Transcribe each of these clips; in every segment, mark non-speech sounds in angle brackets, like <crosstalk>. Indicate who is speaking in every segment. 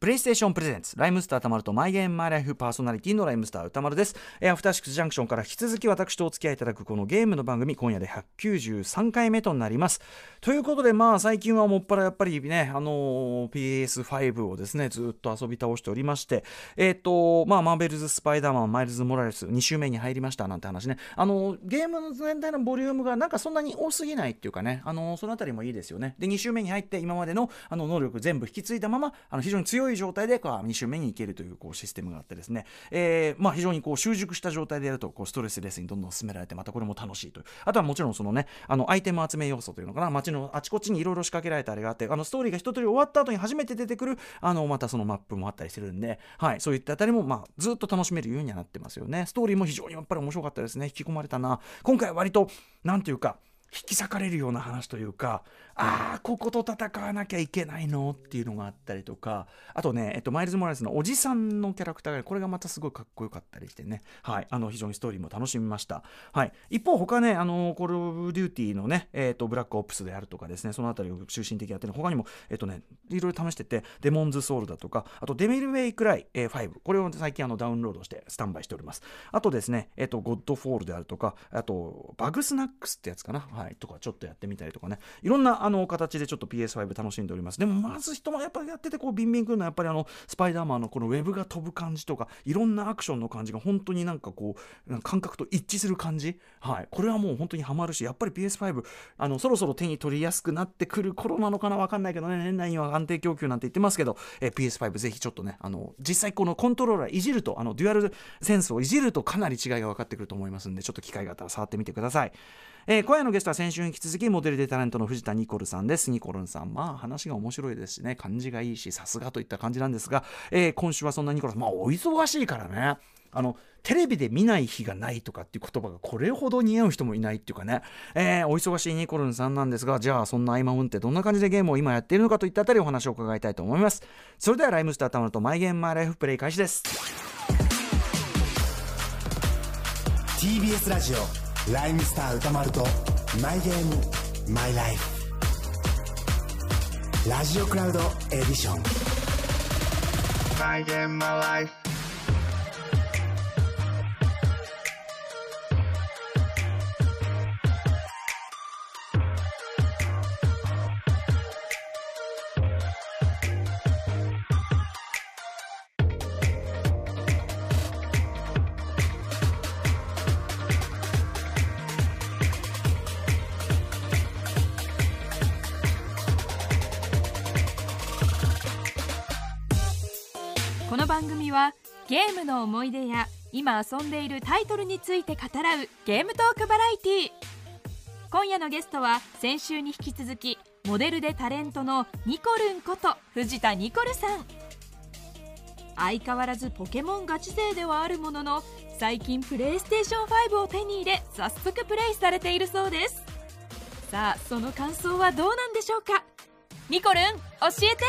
Speaker 1: プレイステーションプレゼンツライムスター歌丸とマイゲームマイライフパーソナリティのライムスター歌丸ですえーアフターシックスジャンクションから引き続き私とお付き合いいただくこのゲームの番組今夜で193回目となりますということでまあ最近はもっぱらやっぱりねあのー PS5 をですねずっと遊び倒しておりましてえっ、とまあマーベルズ・スパイダーマンマイルズ・モラレス2週目に入りましたなんて話ねあのーゲームの全体のボリュームがなんかそんなに多すぎないっていうかねあのーそのあたりもいいですよねで2週目に入って今までのあの能力全部引き継いだままあの非常に強い状態でこう2週目に行けるというこうシステムがあってですね、えーまあ、非常にこう習熟した状態でやるとこうストレスレスにどんどん進められてまたこれも楽しいというあとはもちろんそのねあのアイテム集め要素というのかな街のあちこちにいろいろ仕掛けられたあれがあってあのストーリーが一通り終わった後に初めて出てくるあのまたそのマップもあったりするんで、はい、そういったあたりも、まあ、ずっと楽しめるようにはなってますよねストーリーも非常にやっぱり面白かったですね引き込まれたな今回は割となんていうか引き裂かれるような話というかああここと戦わなきゃいけないのっていうのがあったりとかあとね、えっと、マイルズ・モラレスのおじさんのキャラクターがこれがまたすごいかっこよかったりしてね、はい、あの非常にストーリーも楽しみました、はい、一方他ねあのコール・オブ・デューティーのね、えっとブラック・オプスであるとかですねそのあたりを中心的にやってる他にも、えっとね、いろいろ試しててデモンズ・ソウルだとかあとデミル・ウェイ・クライ、えー、5これを最近あのダウンロードしてスタンバイしておりますあとですね、えっとゴッド・フォールであるとかあとバグスナックスってやつかな、はい、とかちょっとやってみたりとかねいろんなあの形でちょっと PS5 楽しんでおりますでもまず人もやっぱりやっててこうビンビンくるのはやっぱりあのスパイダーマンのこのウェブが飛ぶ感じとかいろんなアクションの感じが本当になんかこうなんか感覚と一致する感じ、はい、これはもう本当にハマるしやっぱり PS5 あのそろそろ手に取りやすくなってくる頃なのかなわかんないけどね年内には安定供給なんて言ってますけど、えー PS5 ぜひちょっとねあの実際このコントローラーいじるとあのデュアルセンスをいじるとかなり違いが分かってくると思いますんでちょっと機会があったら触ってみてください。えー今夜のゲストは先週に引き続きモデルでタレントの藤田ニコルさんですニコルンさんまあ話が面白いですしね感じがいいしさすがといった感じなんですが、えー今週はそんなニコルさんまあお忙しいからねあのテレビで見ない日がないとかっていう言葉がこれほど似合う人もいないっていうかね、えーお忙しいニコルンさんなんですがじゃあそんな合間運ってどんな感じでゲームを今やっているのかといったあたりお話を伺いたいと思いますそれではライムスタータウンとマイゲームマイライフプレイ開始です
Speaker 2: TBS ラジオライムスター歌丸とマイゲームマイライフラジオクラウドエディション
Speaker 3: I get my life.
Speaker 4: この番組はゲームの思い出や今遊んでいるタイトルについて語らうゲームトークバラエティー今夜のゲストは先週に引き続きモデルでタレントのニコルンこと藤田ニコルさん相変わらずポケモンガチ勢ではあるものの最近プレイステーション5を手に入れ早速プレイされているそうですさあその感想はどうなんでしょうかニコルン教えて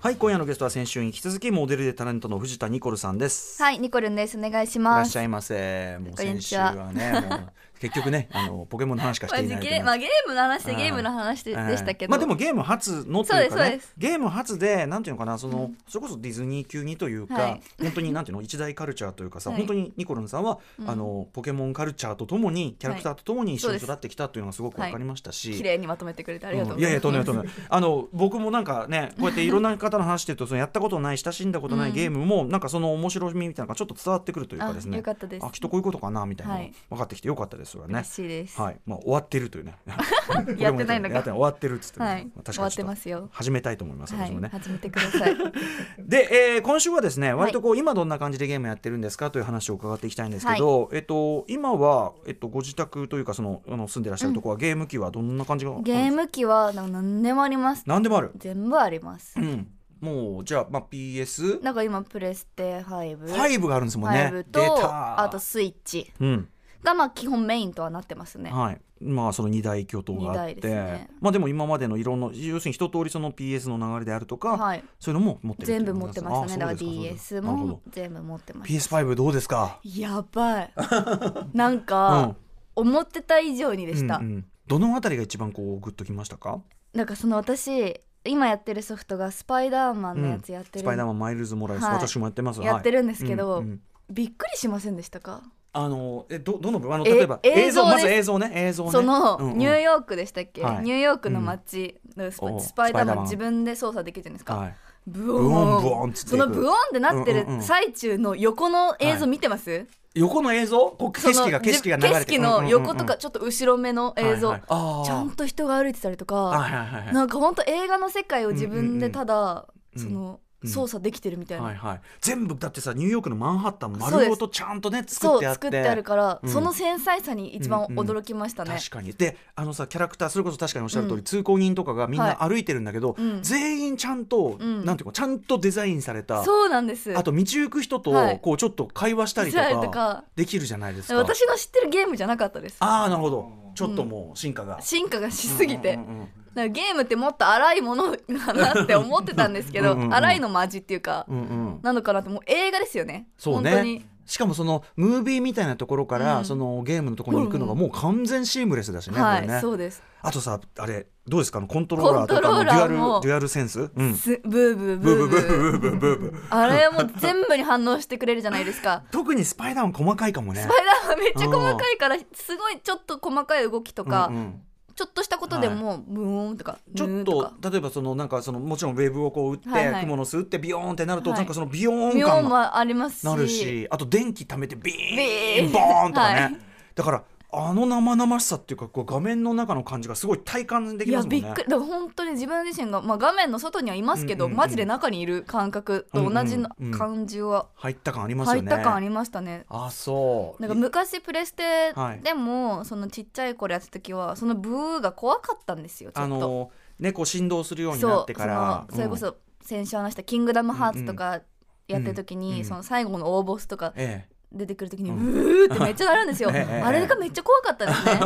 Speaker 1: はい今夜のゲストは先週に引き続きモデルでタレントの藤田ニコルさんです
Speaker 5: はい、ニコルンです。お願いし
Speaker 1: いら
Speaker 5: ま
Speaker 1: っ
Speaker 5: す。
Speaker 1: しゃいませ。もう
Speaker 5: こん
Speaker 1: 先
Speaker 5: にち
Speaker 1: 週
Speaker 5: は
Speaker 1: はね、もう結局ね、あのポケモンの話しかし
Speaker 5: まあ、
Speaker 1: てい
Speaker 5: ゲ
Speaker 1: ないとい
Speaker 5: ー
Speaker 1: う
Speaker 5: まあゲームの話で
Speaker 1: うん
Speaker 5: ゲームの話で,、
Speaker 1: ええ
Speaker 5: したけど、
Speaker 1: まあでもゲーム初のというか
Speaker 5: そうですそう
Speaker 1: ね
Speaker 5: です
Speaker 1: ゲーム初でなんていうのかなその、それこそディズニー級にというか、
Speaker 5: はい
Speaker 1: 本当になんていうの一大カルチャーというかさ、
Speaker 5: はい
Speaker 1: 本当にニコルンさんは、
Speaker 5: うん
Speaker 1: あのポケモンカルチャーとともにキャラクターとともに一緒に育ってきたというのがすごくわかりましたし、
Speaker 5: 綺麗にまとめてくれてありがとうご
Speaker 1: いや
Speaker 5: ざ
Speaker 1: い
Speaker 5: い
Speaker 1: や
Speaker 5: ます。
Speaker 1: とんでもないとんでもないあの僕もなんかねこうやっていろんな方の話してるとそのやったことない親しんだことないゲームも、なんかその面白みみたいなのがちょっと伝わってくるというかです
Speaker 5: あ
Speaker 1: ね
Speaker 5: よかったです
Speaker 1: あきっとこういうことかなみたいなのが
Speaker 5: はい
Speaker 1: 分かってきてよかったですそれはね
Speaker 5: 嬉しいです。
Speaker 1: はいまあ、終わってるというね
Speaker 5: <laughs> やってないのか
Speaker 1: やって終わってるっつってね、
Speaker 5: はい
Speaker 1: まあ確
Speaker 5: 終
Speaker 1: か
Speaker 5: わ
Speaker 1: に
Speaker 5: って
Speaker 1: ちょ
Speaker 5: ま
Speaker 1: っ
Speaker 5: すよ
Speaker 1: と。始めたいと思います、
Speaker 5: は
Speaker 1: 私も
Speaker 5: い、
Speaker 1: ね
Speaker 5: 始めてくだ
Speaker 1: <laughs>
Speaker 5: さい。
Speaker 1: で、えー今週はですね割とこう、今どんな感じでゲームやってるんですかという話を伺っていきたいんですけど、えっと今は、えっと、ご自宅というかそのあの住んでらっしゃるところは、ゲーム機はどんな感じがあるんで
Speaker 5: ゲ
Speaker 1: すか
Speaker 5: ーム機はなんか何でもあります。
Speaker 1: 何でもある
Speaker 5: 全部あります
Speaker 1: う。んもうじゃあ、まあ、PS5
Speaker 5: なんか今プレステ5、
Speaker 1: があるんですもんね
Speaker 5: 5
Speaker 1: 出
Speaker 5: と
Speaker 1: た
Speaker 5: あとスイッチ
Speaker 1: うん
Speaker 5: がまあ基本メインとはなってますね。
Speaker 1: はいまあ、その二大巨頭があっ
Speaker 5: 二大で
Speaker 1: て、
Speaker 5: すね
Speaker 1: まあ、でも今までのいろんな要するに一通りその PS の流れであるとか、
Speaker 5: はい。
Speaker 1: そういうのも持ってるっていう
Speaker 5: 全部持ってましたね。だ
Speaker 1: あ
Speaker 5: か
Speaker 1: そう
Speaker 5: ら
Speaker 1: ですそうです
Speaker 5: DS
Speaker 1: なるほ
Speaker 5: も
Speaker 1: ど
Speaker 5: 全部持ってました。
Speaker 1: PS5 どうですか、
Speaker 5: や
Speaker 1: <laughs>
Speaker 5: ばい。なん
Speaker 1: う
Speaker 5: か
Speaker 1: ん、
Speaker 5: 思ってた以上にでした。
Speaker 1: うんうんどのあたりが一番こうグッときましたか
Speaker 5: なんかその私今やってるソフトがスパイダーマンのやつやって
Speaker 1: ス
Speaker 5: る、
Speaker 1: パイダーマンマイルズ・モラエス、
Speaker 5: はい
Speaker 1: 私もやってます
Speaker 5: やって
Speaker 1: る
Speaker 5: るんですけど、
Speaker 1: うんうん
Speaker 5: びっくりしませんでしたか、
Speaker 1: あのえどどの部分あの
Speaker 5: え
Speaker 1: 例えば映
Speaker 5: 映
Speaker 1: 像
Speaker 5: 像
Speaker 1: まず
Speaker 5: です
Speaker 1: 映像ね映像ね
Speaker 5: その、
Speaker 1: うんうん
Speaker 5: ニューヨークでしたっけ、
Speaker 1: はい
Speaker 5: ニューヨークの街、ス
Speaker 1: お
Speaker 5: パ
Speaker 1: う
Speaker 5: スパ
Speaker 1: スパイ
Speaker 5: イダー
Speaker 1: ダー
Speaker 5: マ
Speaker 1: マン
Speaker 5: ン自分で操作できるじゃないですか、
Speaker 1: はい
Speaker 5: ブオ
Speaker 1: ブオ
Speaker 5: ー
Speaker 1: ン
Speaker 5: ン
Speaker 1: ブオンっつっていく
Speaker 5: そのブオンってなってる
Speaker 1: うんうんうん
Speaker 5: 最中の横の映像見てます、
Speaker 1: 横の映像こう景色が
Speaker 5: その
Speaker 1: 景色が流れて
Speaker 5: 景色の横とかちょっと後ろ目の映像、
Speaker 1: はいはいあー
Speaker 5: ちゃんと人が歩いてたりとか、
Speaker 1: はいはいはいはい
Speaker 5: なんか本当映画の世界を自分でただ、
Speaker 1: うんうんうん
Speaker 5: その、
Speaker 1: うん
Speaker 5: 操作できてるみたいな、
Speaker 1: はいはい全部だってさニューヨークのマンハッタン丸ごとちゃんとね作
Speaker 5: そ
Speaker 1: っ
Speaker 5: う
Speaker 1: てあって
Speaker 5: 作ってあるから、
Speaker 1: うん
Speaker 5: その繊細さに一番驚きましたね、
Speaker 1: 確かにであのさキャラクターそれこそ確かにおっしゃる通り、通行人とかがみんな歩いてるんだけど、
Speaker 5: うん
Speaker 1: 全員ちゃんと、
Speaker 5: うん
Speaker 1: なんていうかちゃんとデザインされた
Speaker 5: そうなんです
Speaker 1: あと道行く人と
Speaker 5: はい
Speaker 1: こうちょっと会話したりと
Speaker 5: したりと
Speaker 1: か
Speaker 5: か
Speaker 1: できるじゃないですか、
Speaker 5: 私の知ってるゲームじゃなかったです
Speaker 1: ああなるほどちょっともう進化が、
Speaker 5: 進化がしすぎて、
Speaker 1: うんうんうん
Speaker 5: なんかゲームってもっと荒いものかなって思ってたんですけ
Speaker 1: う
Speaker 5: ど
Speaker 1: んうんうん
Speaker 5: 荒いのも味っていうか、
Speaker 1: うんうん
Speaker 5: なのかなってもう映画ですよね
Speaker 1: そう
Speaker 5: 本当に
Speaker 1: ねしかもそのムービーみたいなところから、
Speaker 5: うん
Speaker 1: そのゲームのところに行くのがもう完全シームレスだしね,、
Speaker 5: は
Speaker 1: こ
Speaker 5: い、
Speaker 1: れね
Speaker 5: そうです
Speaker 1: あとさあれどうですかあのコントローラーとか
Speaker 5: コ
Speaker 1: の
Speaker 5: ン
Speaker 1: デ
Speaker 5: トロー
Speaker 1: ュア
Speaker 5: ラー
Speaker 1: ルデ
Speaker 5: も
Speaker 1: ュアルセンス、うん、
Speaker 5: すブー
Speaker 1: ブ
Speaker 5: ブーブ
Speaker 1: ーブー
Speaker 5: ーブ
Speaker 1: ブ
Speaker 5: ー
Speaker 1: ーブーブーブーブー
Speaker 5: あれもう全部に反応してくれるじゃないですか
Speaker 1: 特にスパイダーマン細かいかもね
Speaker 5: スパイダーマンめっちゃ細かいからすごいちょっと細かい動きとか、
Speaker 1: うんうん
Speaker 5: ちょっとしたことでもブーンとか
Speaker 1: ちょっ
Speaker 5: ヌーと
Speaker 1: と
Speaker 5: か
Speaker 1: 例えばそのなんかそのもちろんウェーブをこう打って、
Speaker 5: はいはい
Speaker 1: 雲の巣打ってビヨーンってなると、
Speaker 5: はい
Speaker 1: なんかそのビヨーン
Speaker 5: 妙
Speaker 1: 感が
Speaker 5: もありますし
Speaker 1: なるしあと電気溜めてビーン
Speaker 5: ビーン
Speaker 1: ボーンとかね、
Speaker 5: はい
Speaker 1: だからあの生々しさっていうかこう画面の中の感じがすごい体感でき
Speaker 5: い
Speaker 1: ま
Speaker 5: や
Speaker 1: すもんね
Speaker 5: びっくりだから本当に自分自身が、まあ、画面の外にはいますけど、
Speaker 1: うんうんうん
Speaker 5: マジで中にいる感覚と同じの
Speaker 1: うんうんうん
Speaker 5: 感じは
Speaker 1: 入った感あります
Speaker 5: 入
Speaker 1: よ
Speaker 5: っ
Speaker 1: ね
Speaker 5: た感ありましたね。
Speaker 1: あそう
Speaker 5: なんか昔プレステ
Speaker 1: はい
Speaker 5: でも、そのちっちゃい頃やってた時はそのブーが怖かったんですよちょっと。
Speaker 1: あのねこう振動するようにな
Speaker 5: そ
Speaker 1: っ
Speaker 5: う
Speaker 1: てから
Speaker 5: そのそれこ
Speaker 1: うん
Speaker 5: そ先週話した「キングダムハーツ」とかやってる時に、
Speaker 1: うんうん
Speaker 5: その最後の大ボスとか
Speaker 1: え <laughs>
Speaker 5: 出てくる時に、
Speaker 1: うん
Speaker 5: ブーってめっちゃなるんですよ。
Speaker 1: <laughs> ええ
Speaker 5: あれがめっちゃ怖かったですね。
Speaker 1: え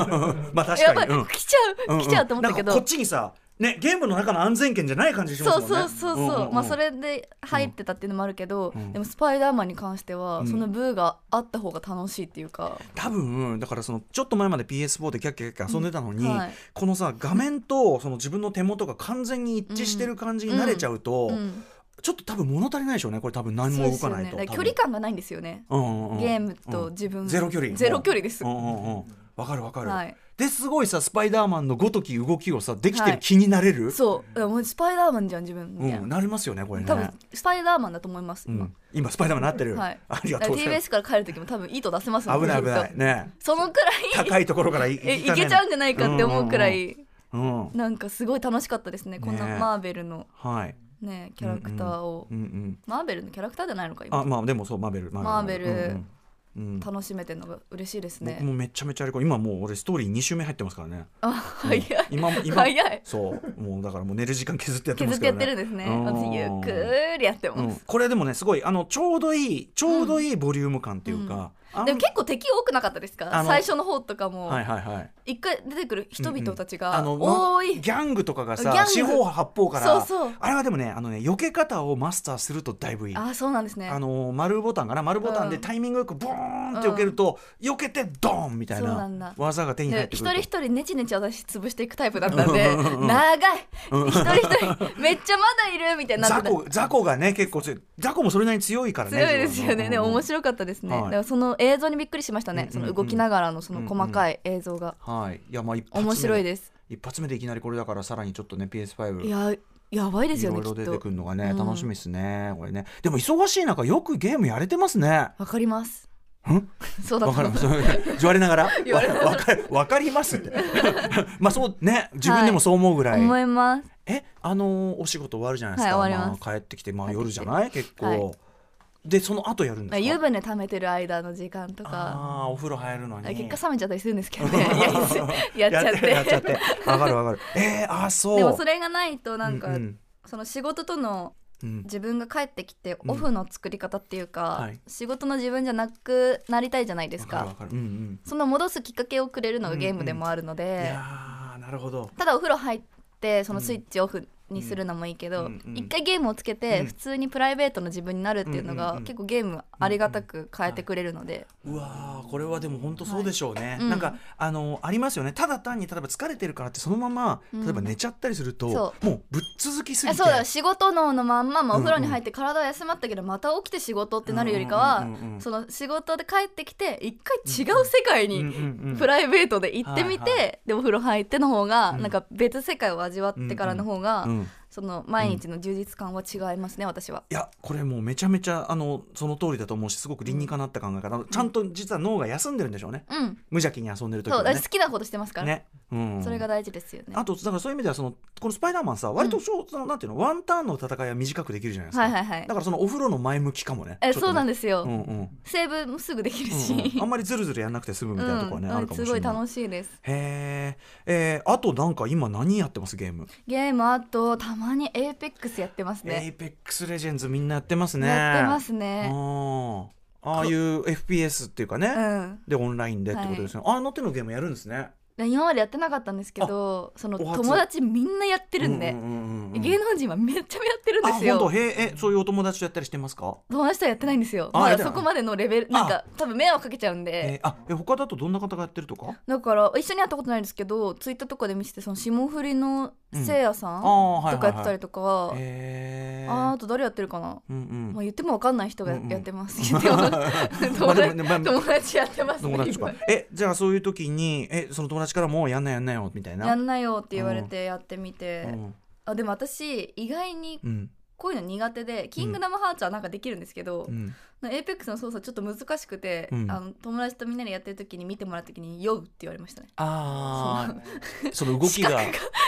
Speaker 1: まあ <laughs> 確
Speaker 5: やっ
Speaker 1: か
Speaker 5: ぱ
Speaker 1: に、うん
Speaker 5: 来ちゃう、
Speaker 1: うんん
Speaker 5: <laughs> 来ちゃうと思ったけど。
Speaker 1: なんかこっちにさねゲームの中の安全圏じゃない感じしま
Speaker 5: そ
Speaker 1: すも
Speaker 5: う
Speaker 1: んね
Speaker 5: そうそうそう,、
Speaker 1: んんん
Speaker 5: まあそれで入ってたっていうのもあるけど、
Speaker 1: うん
Speaker 5: でもスパイダーマンに関しては、
Speaker 1: うん
Speaker 5: そのブーがあった方が楽しいっていうか、
Speaker 1: 多分だからそのちょっと前まで PS4 でキャッキャッキャッキャ遊んでたのに、
Speaker 5: はい
Speaker 1: このさ画面とその自分の手元が完全に一致してる感じに慣れちゃうと、
Speaker 5: うん、
Speaker 1: ちょっと多分物足りないでしょうねこれ多分何も動かないと、
Speaker 5: そうですよねだ
Speaker 1: 多
Speaker 5: ら距
Speaker 1: 分
Speaker 5: 離感がないんですよね、
Speaker 1: うんうんうん
Speaker 5: ゲームと自分、
Speaker 1: うんゼロ距離
Speaker 5: ゼロ距離です、
Speaker 1: うんうんうんわかるわかる、
Speaker 5: はい
Speaker 1: ですごいさスパイダーマンのごとき動きをさできて
Speaker 5: は
Speaker 1: る
Speaker 5: い
Speaker 1: 気になれる、
Speaker 5: そうだからもうスパイダーマンじゃん自分みたいな、
Speaker 1: うん、なりますよねこれね
Speaker 5: 多分スパイダーマンだと思います
Speaker 1: う
Speaker 5: 今、
Speaker 1: ん、今スパイダーマンなってる、
Speaker 5: はい
Speaker 1: ありが
Speaker 5: だ
Speaker 1: と
Speaker 5: か
Speaker 1: う
Speaker 5: ら
Speaker 1: ございます
Speaker 5: TBS から帰る時も多分いいと出せますもん
Speaker 1: 危ない危ない
Speaker 5: きっと
Speaker 1: ね
Speaker 5: そのくらい
Speaker 1: 高いところからい
Speaker 5: えいけちゃうんじゃないかって思うくらい、、
Speaker 1: うんうんうんうん
Speaker 5: なんかすごい楽しかったですねこんな
Speaker 1: ね
Speaker 5: マーベルの
Speaker 1: はい、
Speaker 5: ねキャラクターを、
Speaker 1: うんうん、
Speaker 5: マーベルのキャラクターじゃないのか
Speaker 1: あ
Speaker 5: 今
Speaker 1: まあでもそうマーベルマ
Speaker 5: マーベル
Speaker 1: うんうんうん
Speaker 5: 楽しめてるのが嬉しいです
Speaker 1: 僕
Speaker 5: ね
Speaker 1: もめちゃめちゃあれこれ今もう俺ストーリー2週目入ってますからね
Speaker 5: あ早い
Speaker 1: 今も今
Speaker 5: 早い
Speaker 1: そうもうだからもう寝る時間削ってやってま
Speaker 5: 削
Speaker 1: す
Speaker 5: って
Speaker 1: から
Speaker 5: やっ
Speaker 1: ね
Speaker 5: てるんですね
Speaker 1: うん
Speaker 5: 私ゆっくりやって
Speaker 1: う
Speaker 5: ま
Speaker 1: ん
Speaker 5: す、
Speaker 1: これでもねすごいあのちょうどいいちょうどいいボリューム感っていうか、あん
Speaker 5: でも結構敵多くなかったです
Speaker 1: あ
Speaker 5: か
Speaker 1: の
Speaker 5: 最初の方とかも
Speaker 1: はいはいはい
Speaker 5: 一回出てくる人々たち
Speaker 1: あ
Speaker 5: が
Speaker 1: の
Speaker 5: 多
Speaker 1: ま
Speaker 5: い
Speaker 1: ギャングとかが
Speaker 5: ギャン
Speaker 1: さ
Speaker 5: グ
Speaker 1: 四方八方から
Speaker 5: そうそう
Speaker 1: あれはでもねあのね避け方をマスターするとだいぶいい
Speaker 5: あそうなんですね
Speaker 1: あの丸ボタンかな丸ボタンで
Speaker 5: うん
Speaker 1: タイミングよくボーンって避けると、避けてドーンみたい
Speaker 5: そう
Speaker 1: な
Speaker 5: なんだ
Speaker 1: 技が手に入っ
Speaker 5: で
Speaker 1: て
Speaker 5: 一
Speaker 1: くる
Speaker 5: 人
Speaker 1: と
Speaker 5: 一人ねちねち私潰していくタイプだったんで
Speaker 1: うんうんうんうん
Speaker 5: 長い一人一人めっちゃまだいるみたいにな
Speaker 1: 雑
Speaker 5: ってた
Speaker 1: 魚雑魚がね結構強い雑魚もそれなりに強いからね
Speaker 5: 強いですよね。でも面
Speaker 1: い
Speaker 5: 白かったですね。
Speaker 1: はい
Speaker 5: だからその映像にびっくりしましたね。
Speaker 1: うんうんうん
Speaker 5: その動きながらのその細かい映像が
Speaker 1: はいいやまあ一発目
Speaker 5: 面白いです。
Speaker 1: 一発目でいきなりこれだからさらにちょっとね PS5
Speaker 5: いややばいです
Speaker 1: い
Speaker 5: よね
Speaker 1: ろいろ
Speaker 5: きっ
Speaker 1: 出て
Speaker 5: と
Speaker 1: く。るのがね、
Speaker 5: うん
Speaker 1: 楽しみですねこれねでも忙しい中よくゲームやれてますね
Speaker 5: わかります。
Speaker 1: ん
Speaker 5: <laughs> そうだ
Speaker 1: わ
Speaker 5: と
Speaker 1: か
Speaker 5: 思
Speaker 1: る
Speaker 5: う。
Speaker 1: <laughs> 言われながらわ
Speaker 5: 言われなが
Speaker 1: わかわかりますって <laughs> まあそうね自分でもそう思うぐらい、
Speaker 5: 思います。
Speaker 1: えあのーお仕事終わるじゃないですか、
Speaker 5: はい終わります
Speaker 1: あ、帰ってきてまあ
Speaker 5: 帰って
Speaker 1: 夜
Speaker 5: き
Speaker 1: じ
Speaker 5: て
Speaker 1: ゃない結構、
Speaker 5: はい
Speaker 1: でその後やるん
Speaker 5: まあ
Speaker 1: ですか
Speaker 5: 湯船溜めてる間の時間とか。
Speaker 1: あーお風呂入るのに
Speaker 5: 結果冷めちゃったりするんですけ
Speaker 1: <laughs>
Speaker 5: どね。いややっちゃっ。
Speaker 1: やっちゃっててわかるわかるえー、あーそう
Speaker 5: でもそれがないとなんか
Speaker 1: うんうん
Speaker 5: その仕事との
Speaker 1: うん
Speaker 5: 自分が帰ってきて
Speaker 1: うん
Speaker 5: オフの作り方っていうか、
Speaker 1: はい
Speaker 5: 仕事の自分じゃなくなりたいじゃないです
Speaker 1: わかるわ
Speaker 5: か
Speaker 1: かるうんうん
Speaker 5: その戻すきっかけをくれるのがゲームでもあるので、
Speaker 1: いやーなるほど
Speaker 5: ただお風呂入ってそのスイッチオフにするのもいいけど、
Speaker 1: うんうん
Speaker 5: 一回ゲームをつけ
Speaker 1: うん
Speaker 5: て普通にプライベートの自分になるっていうの
Speaker 1: うんうん
Speaker 5: が
Speaker 1: うん
Speaker 5: 結構ゲームありがたく変えてくれるので、
Speaker 1: うわーこれはでも本当そうでしょうね、
Speaker 5: いうん
Speaker 1: なんかあのありますよねただ単に例えば疲れてるからってそのまま
Speaker 5: うん
Speaker 1: 例えば寝ちゃったりすると、
Speaker 5: そ
Speaker 1: もうぶっ続きすぎ
Speaker 5: え
Speaker 1: て
Speaker 5: そうだよ仕事ののまんま、まあ、
Speaker 1: うん
Speaker 5: お
Speaker 1: うん
Speaker 5: 風呂に入って体は休まったけどまた起きて仕事ってなるよりかは、
Speaker 1: うんうんうんうん
Speaker 5: その仕事で帰ってきて一回違う世界に、プライベートで行ってみて、
Speaker 1: はい
Speaker 5: でお風呂入っての方が、
Speaker 1: うん
Speaker 5: なんか別世界を味わってからの方が、
Speaker 1: うんうん
Speaker 5: その毎日の充実感は違いますね私は。
Speaker 1: いやこれもうめちゃめちゃあのその通りだと思うしすごく理にかなった考え方、ちゃんと実は脳が休んでるんでしょうね
Speaker 5: うん、
Speaker 1: 無邪気に遊んでる時
Speaker 5: そう
Speaker 1: はね
Speaker 5: 私好きなことしてますから、
Speaker 1: ね、うん、
Speaker 5: それが大事ですよね。
Speaker 1: あとだからそういう意味ではそのこの「スパイダーマンさ」割とショーそのなんていうのワンターンの戦いは短くできるじゃないですか、
Speaker 5: はいはいはい
Speaker 1: だ。からそのお風呂の前向きかもね
Speaker 5: え、そうなん
Speaker 1: で
Speaker 5: ですよ。
Speaker 1: うんうん
Speaker 5: セーブもすぐできるし、 <laughs>
Speaker 1: うんうんあんまりずるずるやんなくて済むみたいなところはね、
Speaker 5: うん
Speaker 1: あるかもしれない。
Speaker 5: すごい楽しいです。
Speaker 1: へーえーあとなんか今何やってますゲーム、
Speaker 5: ゲームあとたまにエイペックスやってます
Speaker 1: エ
Speaker 5: ね。
Speaker 1: イペックスレジェンズみんなやってますね
Speaker 5: やってます
Speaker 1: あ
Speaker 5: ね。
Speaker 1: ーああいう FPS っていうかね、
Speaker 5: うん。
Speaker 1: でオンラインでってことですね、あの手のゲームやるんですね
Speaker 5: で今までやってなかったんですけど、その
Speaker 1: お初
Speaker 5: 友達みんなやってるんで、
Speaker 1: ううんうんうん
Speaker 5: 芸能人はめっちゃやってるん
Speaker 1: あ
Speaker 5: です
Speaker 1: 本当
Speaker 5: よ。
Speaker 1: へーえそういうお友達とやったりしてますか、
Speaker 5: 友達とはやってないんですよ。
Speaker 1: あ
Speaker 5: ま
Speaker 1: やって
Speaker 5: だ
Speaker 1: ない
Speaker 5: そこまでのレベル、なんか多分迷惑かけちゃうん
Speaker 1: え
Speaker 5: で。
Speaker 1: ーあえ他だとどんな方がやってるとか
Speaker 5: だから一緒に会ったことないんですけどツイッターとかで見せてその霜降りのせいやさん
Speaker 1: ああはい
Speaker 5: とかやってたり
Speaker 1: と
Speaker 5: とか、
Speaker 1: へえ
Speaker 5: あーあと誰やってるかな
Speaker 1: うんうん
Speaker 5: まあ、言っても分かんない人が
Speaker 1: うんうん
Speaker 5: やってますけ
Speaker 1: <laughs>
Speaker 5: ど、
Speaker 1: まあ
Speaker 5: 友
Speaker 1: でもねまあ
Speaker 5: 達友達やってます
Speaker 1: <laughs>
Speaker 5: ね
Speaker 1: 友達とか
Speaker 5: 今
Speaker 1: えじゃあそういう時にえその友達からもやんなやんなよみたいな
Speaker 5: やんなよって言われてやってみて、
Speaker 1: うん
Speaker 5: あでも私意外に
Speaker 1: うん
Speaker 5: こういうの苦手で「キングダムハーツ」はなんかできるんですけど、
Speaker 1: うん
Speaker 5: エイペックスの操作ちょっと難しくて、
Speaker 1: うん
Speaker 5: あの友達とみんなでやってる時に見てもらった時に「酔う」って言われましたね。
Speaker 1: ああその動き
Speaker 5: <laughs>
Speaker 1: が
Speaker 5: が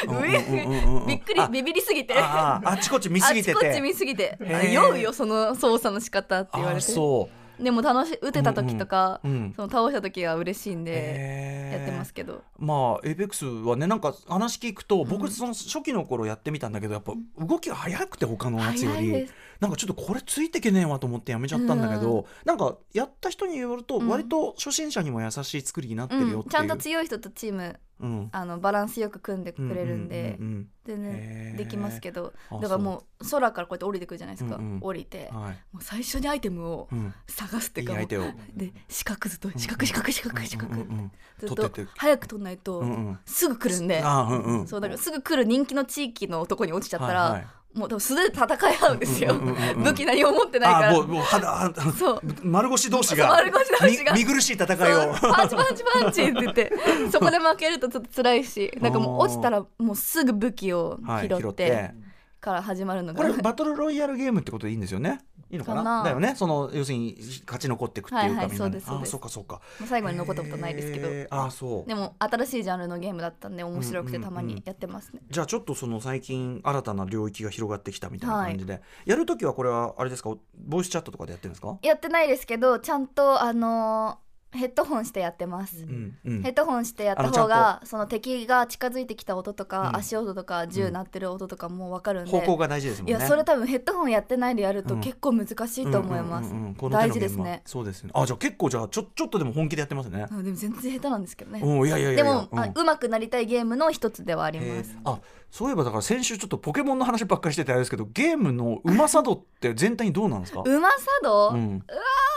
Speaker 1: うん
Speaker 5: 上
Speaker 1: うんうんうんうん
Speaker 5: <laughs> びっくり
Speaker 1: あ
Speaker 5: ビビりすぎて
Speaker 1: あああっちこっち見すぎてて
Speaker 5: あちこっち見すぎて
Speaker 1: へー
Speaker 5: あ酔うよその操作の仕方って言わ
Speaker 1: あ
Speaker 5: れ
Speaker 1: ー
Speaker 5: て
Speaker 1: そ
Speaker 5: でも楽し打てた時とか、
Speaker 1: ううん
Speaker 5: その倒した時は嬉しいんで
Speaker 1: へー
Speaker 5: やってますけど、
Speaker 1: まあエイペックスはねなんか話聞くと
Speaker 5: う
Speaker 1: 僕
Speaker 5: ん
Speaker 1: その初期の頃やってみたんだけどやっぱ動きが速くて他のやつよ
Speaker 5: 早いで
Speaker 1: り
Speaker 5: す
Speaker 1: なんかちょっとこれついてけねえわと思ってやめちゃったんだけどなんかやった人によると
Speaker 5: うん
Speaker 1: 割と初心者にも優しい作りになってるよっ
Speaker 5: うん、
Speaker 1: て
Speaker 5: ち
Speaker 1: い
Speaker 5: ゃんと
Speaker 1: う
Speaker 5: 強い人とチーム
Speaker 1: うん
Speaker 5: あのバランスよく組んで
Speaker 1: う
Speaker 5: くれるんで、
Speaker 1: うう
Speaker 5: 全然
Speaker 1: へー
Speaker 5: できますけど
Speaker 1: あ
Speaker 5: だからもう空からこうやって降りてくるじゃないですか、
Speaker 1: うんうん
Speaker 5: 降りて、
Speaker 1: うはい
Speaker 5: もう最初にアイテムを
Speaker 1: うん
Speaker 5: 探すって
Speaker 1: い
Speaker 5: い
Speaker 1: いう
Speaker 5: かも
Speaker 1: 相
Speaker 5: う
Speaker 1: 手を
Speaker 5: で四角ずっと四角四角四角四角
Speaker 1: うんうん
Speaker 5: ずっ
Speaker 1: 取っ
Speaker 5: と
Speaker 1: てって
Speaker 5: 早く取んないと
Speaker 1: うんうん
Speaker 5: すぐ来るんで、
Speaker 1: あーうんうん
Speaker 5: そうだからすぐ来る人気の地域のとこに落ちちゃったら、
Speaker 1: はいはい
Speaker 5: もう多分素手で戦い合うんですよ、
Speaker 1: うんうんうんうん
Speaker 5: 武器何も持ってないか
Speaker 1: あー
Speaker 5: ら
Speaker 1: もうもう肌肌
Speaker 5: そう
Speaker 1: 丸腰同士が
Speaker 5: そう丸腰同士が
Speaker 1: み見苦しい戦い
Speaker 5: そう
Speaker 1: を
Speaker 5: パンチパンチパンチって言ってそこで負けるとちょっと辛いしなんかもう落ちたらもうすぐ武器を
Speaker 1: <laughs> はい
Speaker 5: 拾ってから始まるのが、
Speaker 1: これバトルロイヤルゲームってことでいいんですよねいいのかな
Speaker 5: かな
Speaker 1: だよねその要するに勝ち残っていくっていうか、
Speaker 5: はいはい
Speaker 1: みんな
Speaker 5: そうですそう
Speaker 1: あ
Speaker 5: で
Speaker 1: ー
Speaker 5: す
Speaker 1: そうかそうか
Speaker 5: もう <laughs> 最後に残ったことないですけど、
Speaker 1: へーあーそう
Speaker 5: でも新しいジャンルのゲームだったんで面白く
Speaker 1: う
Speaker 5: て
Speaker 1: んうんう
Speaker 5: た
Speaker 1: ん
Speaker 5: まにやってますね、
Speaker 1: じゃあちょっとその最近新たな領域が広がってきたみたいな感じで、やるときはこれはあれですかボイスチャットとかでやってるんですか、
Speaker 5: やってないですけどちゃんとあのーヘッドホンしてやってます、
Speaker 1: うんうん
Speaker 5: ヘッドホンしてやった
Speaker 1: あの
Speaker 5: 方
Speaker 1: ちゃ
Speaker 5: がその敵が近づいてきた音とか、
Speaker 1: うん
Speaker 5: 足音とか銃鳴ってる音とかもう分かるんで、
Speaker 1: 方向が大事ですもん
Speaker 5: い
Speaker 1: ね
Speaker 5: やそれ多分ヘッドホンやってないでやると
Speaker 1: うん
Speaker 5: 結構難しいと思います、
Speaker 1: うんうんうんうんこの手の
Speaker 5: 大事です
Speaker 1: 現
Speaker 5: ね
Speaker 1: 場そうですねあじゃあ結構じゃあちょちょっとでも本気でやってますね
Speaker 5: あ、でも全然下手なんですけどね
Speaker 1: うんいやいやいや
Speaker 5: で
Speaker 1: いや
Speaker 5: も、
Speaker 1: うん
Speaker 5: あうまくなりたいゲームの一つではあります
Speaker 1: へーあそういえばだから先週ちょっとポケモンの話ばっかりしててあれですけどゲームのうまさ度って全体にどうなんですか
Speaker 5: うまさど、
Speaker 1: うん、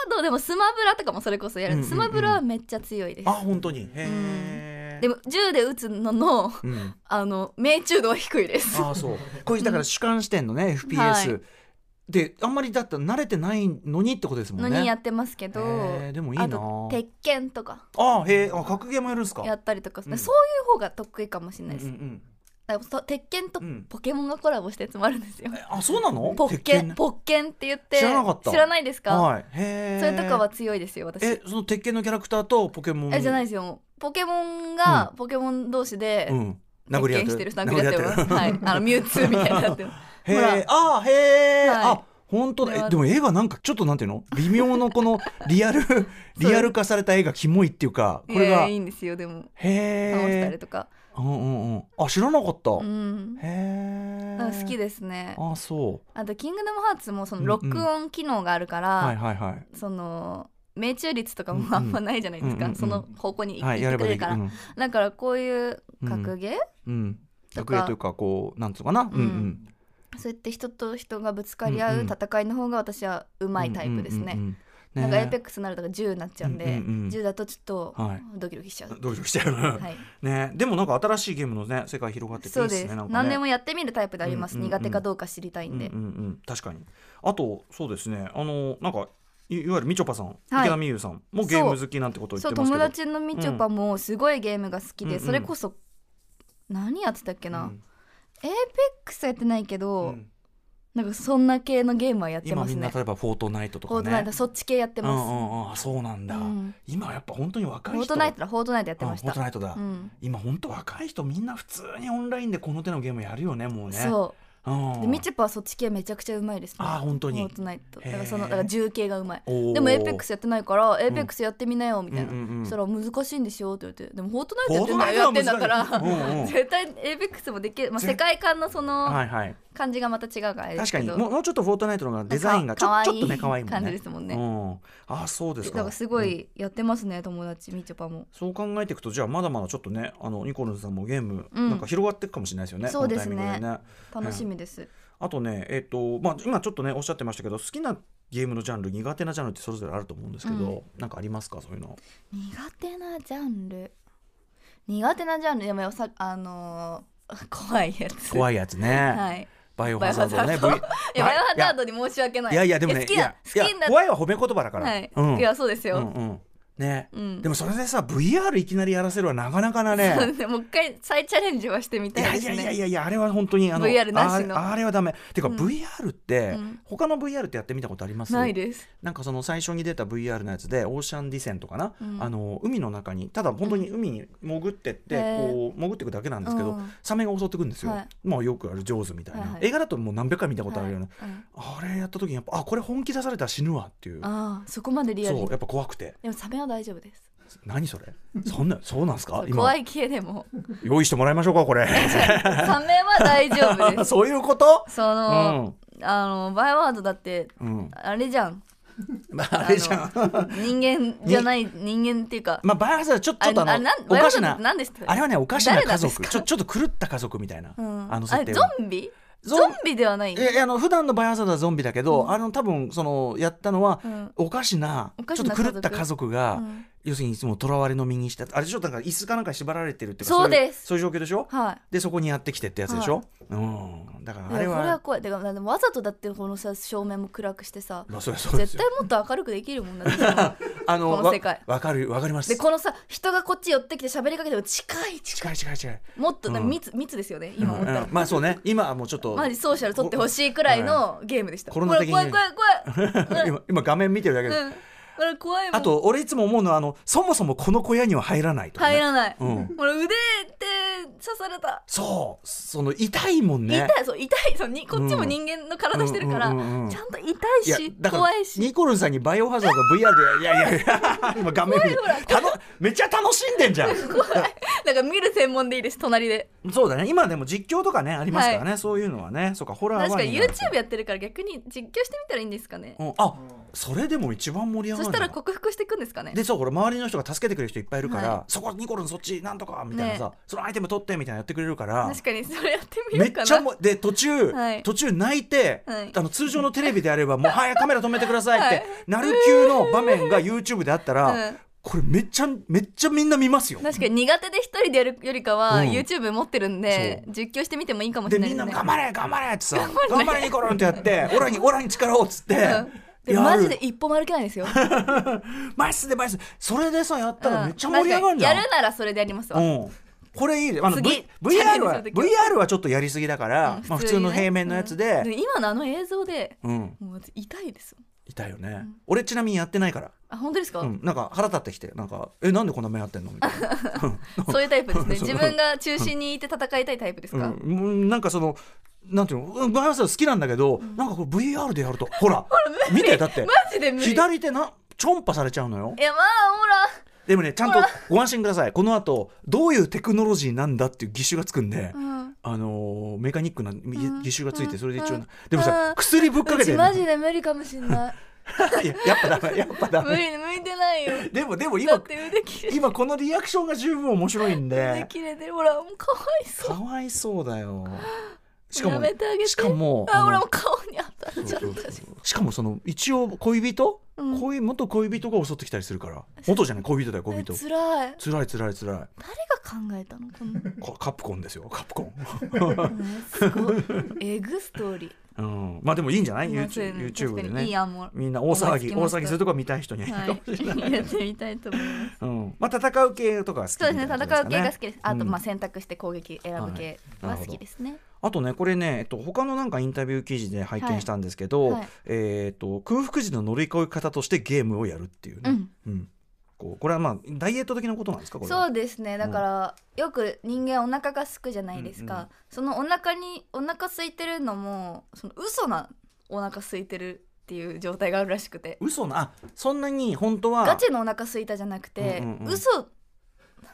Speaker 5: どうでもスマブラとかもそれこそやる、
Speaker 1: うんうんうん
Speaker 5: スマブラはめっちゃ強いです
Speaker 1: あ本当にへえ
Speaker 5: でも銃で撃つのの <laughs>
Speaker 1: うん、
Speaker 5: あの命中度は低いです
Speaker 1: ああそうこれだから主観視点のね FPS、
Speaker 5: はい
Speaker 1: であんまりだったら慣れてないのにってことですも
Speaker 5: の
Speaker 1: んね
Speaker 5: にやってますけど、
Speaker 1: へーでもいいな
Speaker 5: あと鉄拳とか
Speaker 1: あーへえあ格ゲーもやるんですか
Speaker 5: やったりとか、
Speaker 1: うん
Speaker 5: そういう方が得意かもしれないです、
Speaker 1: うんうんうん
Speaker 5: だからそ鉄拳と
Speaker 1: うん
Speaker 5: ポケモンがコラボしたやつもあるんですよ、
Speaker 1: えあそうなの
Speaker 5: ポッ
Speaker 1: 鉄
Speaker 5: ケ
Speaker 1: 拳
Speaker 5: ン
Speaker 1: ね
Speaker 5: ポッケンって言って
Speaker 1: 知らなかった
Speaker 5: 知らないですか、
Speaker 1: はいへえ
Speaker 5: それとかは強いですよ私
Speaker 1: えその鉄拳のキャラクターとポケモン
Speaker 5: えじゃないですよポケモンがポケモン同士で
Speaker 1: うん殴り合っ
Speaker 5: 鉄拳
Speaker 1: て
Speaker 5: して
Speaker 1: る
Speaker 5: る殴り合ってます
Speaker 1: る
Speaker 5: はい
Speaker 1: <laughs>
Speaker 5: あのミュウツーみたいになってます
Speaker 1: へ
Speaker 5: <laughs> ほ
Speaker 1: え
Speaker 5: ら
Speaker 1: あーへえ、
Speaker 5: はい
Speaker 1: あ本当
Speaker 5: これ
Speaker 1: だ
Speaker 5: は
Speaker 1: えでも絵がなんかちょっとなんていうの微妙のこの <laughs> リアルリアル化された絵がキモいっていうかこれ
Speaker 5: いや
Speaker 1: が
Speaker 5: いいんですよでも
Speaker 1: へ
Speaker 5: 倒した
Speaker 1: え
Speaker 5: りとか
Speaker 1: うんうんうんあ知らなかった、
Speaker 5: う
Speaker 1: へ
Speaker 5: ん
Speaker 1: え
Speaker 5: だから好き
Speaker 1: で
Speaker 5: ですね
Speaker 1: あそう
Speaker 5: あと「キングダムハーツ」もそ
Speaker 1: うんう
Speaker 5: の
Speaker 1: ん
Speaker 5: ロックオン機能があるか
Speaker 1: はい
Speaker 5: ら
Speaker 1: はいはい
Speaker 5: その命中率とか
Speaker 1: うんうん
Speaker 5: もあんまないじゃないです
Speaker 1: うんうん
Speaker 5: か
Speaker 1: うん
Speaker 5: その方向に行
Speaker 1: は
Speaker 5: っ
Speaker 1: い
Speaker 5: て
Speaker 1: やれ
Speaker 5: く
Speaker 1: ばで
Speaker 5: れる
Speaker 1: き
Speaker 5: か
Speaker 1: るう
Speaker 5: ら
Speaker 1: ん
Speaker 5: だからこういう格ゲー
Speaker 1: うん
Speaker 5: と
Speaker 1: 楽
Speaker 5: か
Speaker 1: 屋というかこうなんつうかなうんうん
Speaker 5: そうやって人と人がぶつかり合
Speaker 1: ん
Speaker 5: う
Speaker 1: うん
Speaker 5: う戦いの方が私はうまいタイプです
Speaker 1: うんう
Speaker 5: ね
Speaker 1: んうんうん
Speaker 5: なんかエーペッ
Speaker 1: ね
Speaker 5: クスになるとか10になっちゃうん
Speaker 1: うんう
Speaker 5: で
Speaker 1: んうん
Speaker 5: 10だとちょっと
Speaker 1: はい
Speaker 5: ドキド
Speaker 1: <laughs>
Speaker 5: キしちゃう
Speaker 1: <laughs> ドキドキしちゃう、
Speaker 5: はい
Speaker 1: ねでもなんか新しいゲームのね世界広がっててい
Speaker 5: そ
Speaker 1: いうっす
Speaker 5: で
Speaker 1: ね
Speaker 5: す
Speaker 1: なんかね
Speaker 5: 何でもやってみるタイプであります
Speaker 1: うんうんうん
Speaker 5: 苦手かどうか知りたい
Speaker 1: うん
Speaker 5: ん
Speaker 1: うん
Speaker 5: で
Speaker 1: うん、確かにあとそうですねあのなんかいいわゆるみちょぱさん、
Speaker 5: はい
Speaker 1: 池田美優さんもゲーム好きなんてことを言
Speaker 5: そ
Speaker 1: っ
Speaker 5: う
Speaker 1: てますけ
Speaker 5: 友
Speaker 1: ど
Speaker 5: 達のみちょぱもすごいゲームが好き
Speaker 1: うんう
Speaker 5: で
Speaker 1: ん
Speaker 5: それこそ何やってたっけな
Speaker 1: うん
Speaker 5: エーペックスはやってないけ
Speaker 1: う
Speaker 5: ど
Speaker 1: ん
Speaker 5: なんかそんな系のゲームはやって
Speaker 1: 今
Speaker 5: ます
Speaker 1: みんな
Speaker 5: ね
Speaker 1: 例えば「フォートナイト」と
Speaker 5: フォ
Speaker 1: か
Speaker 5: ート
Speaker 1: ね
Speaker 5: ナイトそっち系やって
Speaker 1: うんう
Speaker 5: ま
Speaker 1: んうんあそうなんだ、
Speaker 5: うん
Speaker 1: 今やっぱ本当に
Speaker 5: す
Speaker 1: 若い
Speaker 5: フォ
Speaker 1: 人
Speaker 5: ートナイトだフォートナイトやってまし
Speaker 1: うんフォート
Speaker 5: た
Speaker 1: ナイトだ、
Speaker 5: うん
Speaker 1: 今本当若い人みんな普通にオンラインでこの手のゲームやるよねもうね
Speaker 5: そう
Speaker 1: う、ん、
Speaker 5: でみちょぱはそっち系めちゃくちゃうまいですね
Speaker 1: あー本当に
Speaker 5: フォートナイト
Speaker 1: へー
Speaker 5: だからそのだから銃系がうまい
Speaker 1: おー
Speaker 5: でもエーペックスやってないからエーペックスやってみなよみたいな、
Speaker 1: うんうんうん
Speaker 5: そしたら難しいんですよって言われてでもフォート
Speaker 1: フォートナ
Speaker 5: ナ
Speaker 1: イ
Speaker 5: イ
Speaker 1: トは
Speaker 5: トや
Speaker 1: 難
Speaker 5: って
Speaker 1: し
Speaker 5: ん
Speaker 1: い
Speaker 5: だから
Speaker 1: うんうん
Speaker 5: 絶 <laughs> 対エーペックスもできる、まあ、
Speaker 1: ぜ
Speaker 5: 世界観のそ
Speaker 1: は
Speaker 5: の
Speaker 1: いはい
Speaker 5: 感じがまた違うからあれで
Speaker 1: 確
Speaker 5: す
Speaker 1: か
Speaker 5: け
Speaker 1: に
Speaker 5: ど
Speaker 1: もうもうちょっと「フォートナイト」の方がデザインがちょ
Speaker 5: なんか
Speaker 1: ちょっとね可愛いもんね
Speaker 5: 感じですもんね
Speaker 1: うん、あそうですか
Speaker 5: だからすごいやってますね、友達みちょぱも
Speaker 1: そう考えていくとじゃあまだまだちょっとねあのニコルンさんもゲーム
Speaker 5: うん
Speaker 1: なんか広がっていくかもしれないですよね、
Speaker 5: そうですね
Speaker 1: このタイミングね
Speaker 5: 楽しみです、
Speaker 1: あとねえっ、とまあ今ちょっとねおっしゃってましたけど好きなゲームのジャンル苦手なジャンルってそれぞれあると思うんですけど、なんかありますかそういうの
Speaker 5: 苦手なジャンル苦手なジャンルでもさあのー <laughs> 怖いやつ
Speaker 1: 怖
Speaker 5: い
Speaker 1: いやつね、
Speaker 5: はい
Speaker 1: バイオハザードね
Speaker 5: バイオハザード
Speaker 1: V-
Speaker 5: いや、バイオハザードに申し訳ない。
Speaker 1: いやいやでもね
Speaker 5: 好きだ、好
Speaker 1: いや
Speaker 5: きだ。
Speaker 1: 怖いは褒め言葉だから、
Speaker 5: はい。
Speaker 1: うん
Speaker 5: いや、そうです
Speaker 1: う
Speaker 5: よ
Speaker 1: ん。うんね、
Speaker 5: うん
Speaker 1: でもそれでさ VR いきなりやらせるはなかなかなね
Speaker 5: そうです <laughs> ねもう一回再チャレンジはしてみ
Speaker 1: い
Speaker 5: たい
Speaker 1: や
Speaker 5: で
Speaker 1: い
Speaker 5: す
Speaker 1: や
Speaker 5: ね。
Speaker 1: いやいやいやあれは本当にあの
Speaker 5: VR なしの
Speaker 1: あれあれはダメてか、
Speaker 5: うん
Speaker 1: VR って、
Speaker 5: うん
Speaker 1: 他の VR ってやってみたことあります
Speaker 5: ないです。
Speaker 1: なんかその最初に出た VR のやつでオーシャンディセントかな、
Speaker 5: うん
Speaker 1: あの海の中にただ本当に海に潜ってって、
Speaker 5: へー
Speaker 1: こう潜っていくだけなんですけど、
Speaker 5: うん
Speaker 1: サメが襲ってくるんですよ、
Speaker 5: はい
Speaker 1: まあよくある上手みたいな、
Speaker 5: はいはい
Speaker 1: 映画だともう何百回見たことあるような、
Speaker 5: はいうん
Speaker 1: あれやった時にやっぱあこれ本気出されたら死ぬわっていう
Speaker 5: ああ、そこまでリアル
Speaker 1: そう
Speaker 5: に。
Speaker 1: やっぱ怖くて
Speaker 5: でもサメは大丈夫です。
Speaker 1: 何
Speaker 5: <laughs>
Speaker 1: それそんなそうなんですか今
Speaker 5: 怖い系で
Speaker 1: <laughs>
Speaker 5: も。
Speaker 1: 用意してもらいましょうかこれ
Speaker 5: サメは大丈夫です。
Speaker 1: <laughs> そういうこと
Speaker 5: その、あの、バイオハザードだって、
Speaker 1: うん、
Speaker 5: あれじゃん。
Speaker 1: まあ、あれじゃん <laughs>
Speaker 5: あの人間じゃない、人間っていうか。
Speaker 1: まあ、バイオハザードちょちょっとあの
Speaker 5: あれなん
Speaker 1: おかしな
Speaker 5: バイオハザード何でしたっけ
Speaker 1: あれはねおかしな
Speaker 5: 誰な
Speaker 1: 家
Speaker 5: んです
Speaker 1: 族
Speaker 5: か
Speaker 1: ちょちょっと狂った家族みたいな、
Speaker 5: うん
Speaker 1: あの設定
Speaker 5: ゾ
Speaker 1: は
Speaker 5: ンビ
Speaker 1: ゾン
Speaker 5: ゾンビではない。
Speaker 1: ええあの普段のバイオハザードはゾンビだけど、あの多分そのやったのは、
Speaker 5: うん
Speaker 1: おかしな
Speaker 5: おか
Speaker 1: ちょ
Speaker 5: し
Speaker 1: っ
Speaker 5: な
Speaker 1: と狂った家族が、
Speaker 5: うん
Speaker 1: 要するにいつもとらわれの身にしたあれでしょだから椅子かなんかに縛られてるっていか
Speaker 5: そう
Speaker 1: い
Speaker 5: です
Speaker 1: そういう状況でしょ
Speaker 5: はい。
Speaker 1: でそこにやってきてってやつでしょ、うんだからあれ
Speaker 5: いやこれは
Speaker 1: は
Speaker 5: 怖い。だからわざとだってこのさ照明も暗くしてさ、
Speaker 1: まあそりゃそうです
Speaker 5: 絶
Speaker 1: よ
Speaker 5: 対もっと明るくできるもんな。私は
Speaker 1: あの
Speaker 5: この世界
Speaker 1: わわかるわかります
Speaker 5: でこのさ人がこっち寄ってきて喋りかけても近い近い。
Speaker 1: 近い近い近い
Speaker 5: もっとな
Speaker 1: うん
Speaker 5: 密密ですよね。今思った
Speaker 1: う
Speaker 5: ら
Speaker 1: ん。まあそうね今はもうちょっと
Speaker 5: マジソーシャル取ってほしいくらいのゲームでした。
Speaker 1: コロナ的に
Speaker 5: これ怖い
Speaker 1: <laughs>
Speaker 5: 怖い怖い怖い。
Speaker 1: 今今画面見てるだけで、
Speaker 5: うん。これ怖いもん。
Speaker 1: あと俺いつも思うのはあのそもそもこの小屋には入らないとかね、
Speaker 5: 入らない。
Speaker 1: う
Speaker 5: こ
Speaker 1: ん
Speaker 5: れ腕って刺された。
Speaker 1: そうその痛いもんね
Speaker 5: 痛いそう痛いそうにこっちも人間の体してるから、
Speaker 1: うんうんうんうん
Speaker 5: ちゃんと痛い
Speaker 1: や
Speaker 5: し
Speaker 1: だから
Speaker 5: 怖いし。
Speaker 1: ニコルンさんにバイオハザード VR でいやいやいや今画面見て
Speaker 5: 怖いほ
Speaker 1: たのめっちゃ楽しんでんじゃん <laughs>
Speaker 5: だから見る専門でいいです隣で。
Speaker 1: そうだね今でも実況とかねありますからね、そういうのはねそうかホラーは
Speaker 5: 確かに
Speaker 1: なると
Speaker 5: YouTube やってるから逆に実況してみたらいいんですかね、
Speaker 1: うん、あそれでも一番盛り上が
Speaker 5: そ
Speaker 1: る
Speaker 5: し
Speaker 1: な
Speaker 5: たら克服していくんですかね
Speaker 1: でそうこれ周りの人が助けてくれる人いっぱいいるから、
Speaker 5: は
Speaker 1: そこニコルンそっちなんとかみたいなさ、そのアイテム取ってみたいなやってくれるから
Speaker 5: 確かにそれやってみ
Speaker 1: め
Speaker 5: る
Speaker 1: っ
Speaker 5: かな
Speaker 1: ちゃもで途中、
Speaker 5: はい
Speaker 1: 途中泣いて、
Speaker 5: はい
Speaker 1: あの通常のテレビであればもう「はいカメラ止めてください」って、
Speaker 5: はい
Speaker 1: なる級の場面が YouTube であったら、
Speaker 5: うん
Speaker 1: これめっちゃめっちゃみんな見ますよ。
Speaker 5: 確かに苦手で一人でやるよりかは、
Speaker 1: うん
Speaker 5: YouTube 持ってるんで実況してみてもいいかもし
Speaker 1: で
Speaker 5: れな
Speaker 1: み
Speaker 5: い
Speaker 1: ん
Speaker 5: です
Speaker 1: な「
Speaker 5: ね
Speaker 1: 頑張れ頑張れ」ってさ「頑張れニコルン」ってやって「オラにオラに力を」っつって。
Speaker 5: で
Speaker 1: やる
Speaker 5: マジで一歩も歩けないで
Speaker 1: <laughs>
Speaker 5: すよだ
Speaker 1: マジでマジでそれでさやったらめっちゃ盛り上がるじゃん、
Speaker 5: やるならそれでやりますわ、
Speaker 1: うん、これいいねあの、
Speaker 5: 次
Speaker 1: v、VR
Speaker 5: チャ
Speaker 1: は
Speaker 5: レンジする
Speaker 1: VR はちょっとやりすぎだから、
Speaker 5: うん
Speaker 1: まあ、普
Speaker 5: 普
Speaker 1: 通
Speaker 5: 通にね
Speaker 1: の平面のやつで、
Speaker 5: で今のあの映像で
Speaker 1: うん
Speaker 5: もう私痛いですよ
Speaker 1: いたよね、俺ちなみにやってないから、
Speaker 5: あ本当ですか、
Speaker 1: うん、なんか腹立ってきてなんか「えなんでこんな目合ってんの?」みたいな、
Speaker 5: そういうタイプ
Speaker 1: <laughs>
Speaker 5: ですね自分が中心にいて戦いたいタイプですか、
Speaker 1: うんうん、なんかそのなんていうのうんバイオハザード好きなんだけど、なんかこれ VR でや
Speaker 5: <laughs>
Speaker 1: るとほら見てだって
Speaker 5: マジで無理
Speaker 1: 左手なちょんぱされちゃうのよ
Speaker 5: いやまあほら
Speaker 1: でもねちゃんとご安心くださいこの後どういうテクノロジーなんだっていう義手がつくんで、
Speaker 5: うん
Speaker 1: あのーメカニックな義
Speaker 5: ん
Speaker 1: 義手がついてそれで一応な、
Speaker 5: うん
Speaker 1: でもさ、
Speaker 5: うん
Speaker 1: 薬ぶっかけ
Speaker 5: う
Speaker 1: て
Speaker 5: ち
Speaker 1: る
Speaker 5: マジで無理かもし
Speaker 1: <laughs>
Speaker 5: んない
Speaker 1: いややっぱダメやっぱダ
Speaker 5: 無
Speaker 1: メ
Speaker 5: 理向いてないよ
Speaker 1: でもでも
Speaker 5: だ
Speaker 1: 今
Speaker 5: って腕切れ
Speaker 1: 今このリアクションが十分面白いん
Speaker 5: 腕
Speaker 1: で
Speaker 5: 切れてるほらもうかわい
Speaker 1: か
Speaker 5: そう
Speaker 1: わいそうだよしかも
Speaker 5: やめてあげて
Speaker 1: しかもあ
Speaker 5: あ
Speaker 1: の
Speaker 5: ほらもう顔に当たっち
Speaker 1: そ
Speaker 5: ゃ
Speaker 1: うそ
Speaker 5: っ
Speaker 1: うそ
Speaker 5: た
Speaker 1: う
Speaker 5: し
Speaker 1: しかもその一応恋人、
Speaker 5: うん
Speaker 1: 恋元恋人が襲ってきたりするから元じゃない恋人だよ恋
Speaker 5: え
Speaker 1: 人
Speaker 5: つらい
Speaker 1: つらいつらいつらい
Speaker 5: 誰が考えたのこの、
Speaker 1: こカプコンですよカプコン
Speaker 5: <laughs> ね、すごいエグストーリー
Speaker 1: うん、まあでもいいんじゃない YouTube,
Speaker 5: まあそういうの
Speaker 1: YouTube で
Speaker 5: 確かにいい
Speaker 1: ね
Speaker 5: 案も
Speaker 1: みんな大騒ぎ
Speaker 5: 思いつき
Speaker 1: 大
Speaker 5: ました
Speaker 1: 騒ぎするとこ見たい人にはいいかもしれない、
Speaker 5: はい、やってみたいと思います。
Speaker 1: うん、まあ戦う系とかは好き
Speaker 5: そうですね、
Speaker 1: みたいな
Speaker 5: 戦う
Speaker 1: こと
Speaker 5: 系
Speaker 1: ですかね
Speaker 5: が好きです。あと、
Speaker 1: うん
Speaker 5: まあ、選択して攻撃選ぶ系は好きですね。
Speaker 1: あとねこれね、えっと、他のなんかインタビュー記事で拝見したんですけど、
Speaker 5: はいはい
Speaker 1: えーっと空腹時の乗り越え方としてゲームをやるっていうね、
Speaker 5: うん
Speaker 1: こうこれはまあダイエット的なことなんですかこれは
Speaker 5: そうですね、だから、よく人間お腹が空くじゃないですか。
Speaker 1: うんうん
Speaker 5: そのお腹に、お腹空いてるのも、その嘘なお腹空いてるっていう状態があるらしくて。
Speaker 1: 嘘なあそんなに本当は
Speaker 5: ガチのお腹空いたじゃなくて、
Speaker 1: うんうんうん
Speaker 5: 嘘、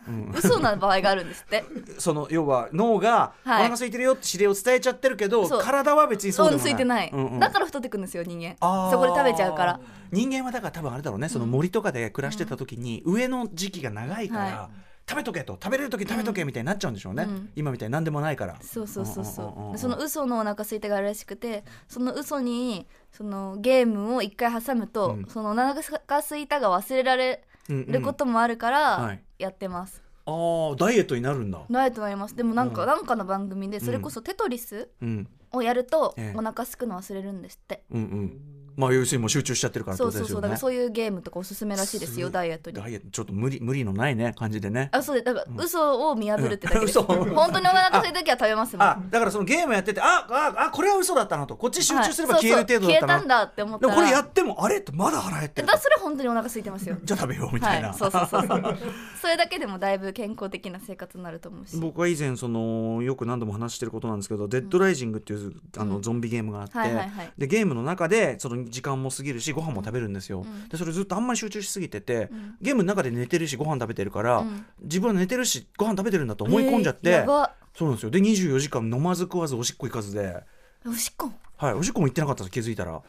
Speaker 1: うん
Speaker 5: 嘘な場合があるんです
Speaker 1: <laughs>
Speaker 5: って。
Speaker 1: その要は脳がお
Speaker 5: はい
Speaker 1: 腹空いてるよって指令を伝えちゃってるけど、
Speaker 5: そう
Speaker 1: 体は別にそう
Speaker 5: そ
Speaker 1: で
Speaker 5: う
Speaker 1: も
Speaker 5: ついてない、
Speaker 1: うんうん
Speaker 5: だから太ってくんですよ、人間
Speaker 1: あー。
Speaker 5: そこで食べちゃうから。
Speaker 1: 人間はだから多分あれだろうねその森とかで暮らしてた時に上の時期が長いから、
Speaker 5: は
Speaker 1: 食べとけと食べれる時に食べとけみたいになっちゃうんでしょうね、
Speaker 5: うん
Speaker 1: 今みたいに何でもないから
Speaker 5: そうそうそうそ
Speaker 1: んんんん
Speaker 5: う。その嘘のお腹空いてがあるらしくて、その嘘にそのゲームを一回挟むと、
Speaker 1: うん
Speaker 5: そのお腹が空いたが忘れられ
Speaker 1: うんうん
Speaker 5: ることもあるか
Speaker 1: は
Speaker 5: ら
Speaker 1: い
Speaker 5: やってます。
Speaker 1: あーダイエットになるんだ、
Speaker 5: ダイエットになります。でもなんか、
Speaker 1: うん
Speaker 5: なんかの番組でそれこそテトリス
Speaker 1: うん、
Speaker 5: をやると、
Speaker 1: ええ
Speaker 5: お腹空くの忘れるんですって。
Speaker 1: うんうんまあ要するにもう集中しちゃってるからって
Speaker 5: そ
Speaker 1: こ
Speaker 5: う
Speaker 1: と
Speaker 5: そ
Speaker 1: ですよ
Speaker 5: うそう。だから
Speaker 1: ね
Speaker 5: そういうゲームとかおすすめらしいですよ
Speaker 1: す
Speaker 5: ダイエットに
Speaker 1: ダ。イエットちょっと無理無理のないね感じでね
Speaker 5: あ、そうでだから嘘を見破るってだけです。
Speaker 1: うん <laughs> 嘘
Speaker 5: 本当にお腹空いた時は食べますもん。
Speaker 1: あだからそのゲームやっててあああこれは嘘だったなとこっち集中すれば
Speaker 5: はい
Speaker 1: 消える程度だったな、
Speaker 5: そうそう消えたんだって思っ
Speaker 1: で
Speaker 5: た
Speaker 1: も
Speaker 5: ら。
Speaker 1: これやってもあれってまだ腹減って
Speaker 5: え
Speaker 1: る
Speaker 5: だそれ本当にお腹空い
Speaker 1: <laughs>
Speaker 5: てますよ。
Speaker 1: じゃあ食べようみたいな、
Speaker 5: はい、そうそうそうそう
Speaker 1: <laughs>
Speaker 5: それだけでもだいぶ健康的な生活になると思うし
Speaker 1: 僕は以前そのよく何度も話してることなんですけど「デッドライジング」っていう、あのゾンビゲームがあって、
Speaker 5: はいはいはい
Speaker 1: でゲームの中でその時間も過ぎるしご飯も食べるんですよ、
Speaker 5: ん
Speaker 1: でそれずっとあんまり集中しすぎてて、
Speaker 5: ん
Speaker 1: ゲームの中で寝てるしご飯食べてるから、
Speaker 5: うん
Speaker 1: 自分は寝てるしご飯食べてるんだと思い込んじゃって、
Speaker 5: えーやば
Speaker 1: そうなんですよで24時間飲まず食わずおしっこ行かずで、
Speaker 5: おしっこ
Speaker 1: はい、おしっこも行ってなかったんです気づいたら。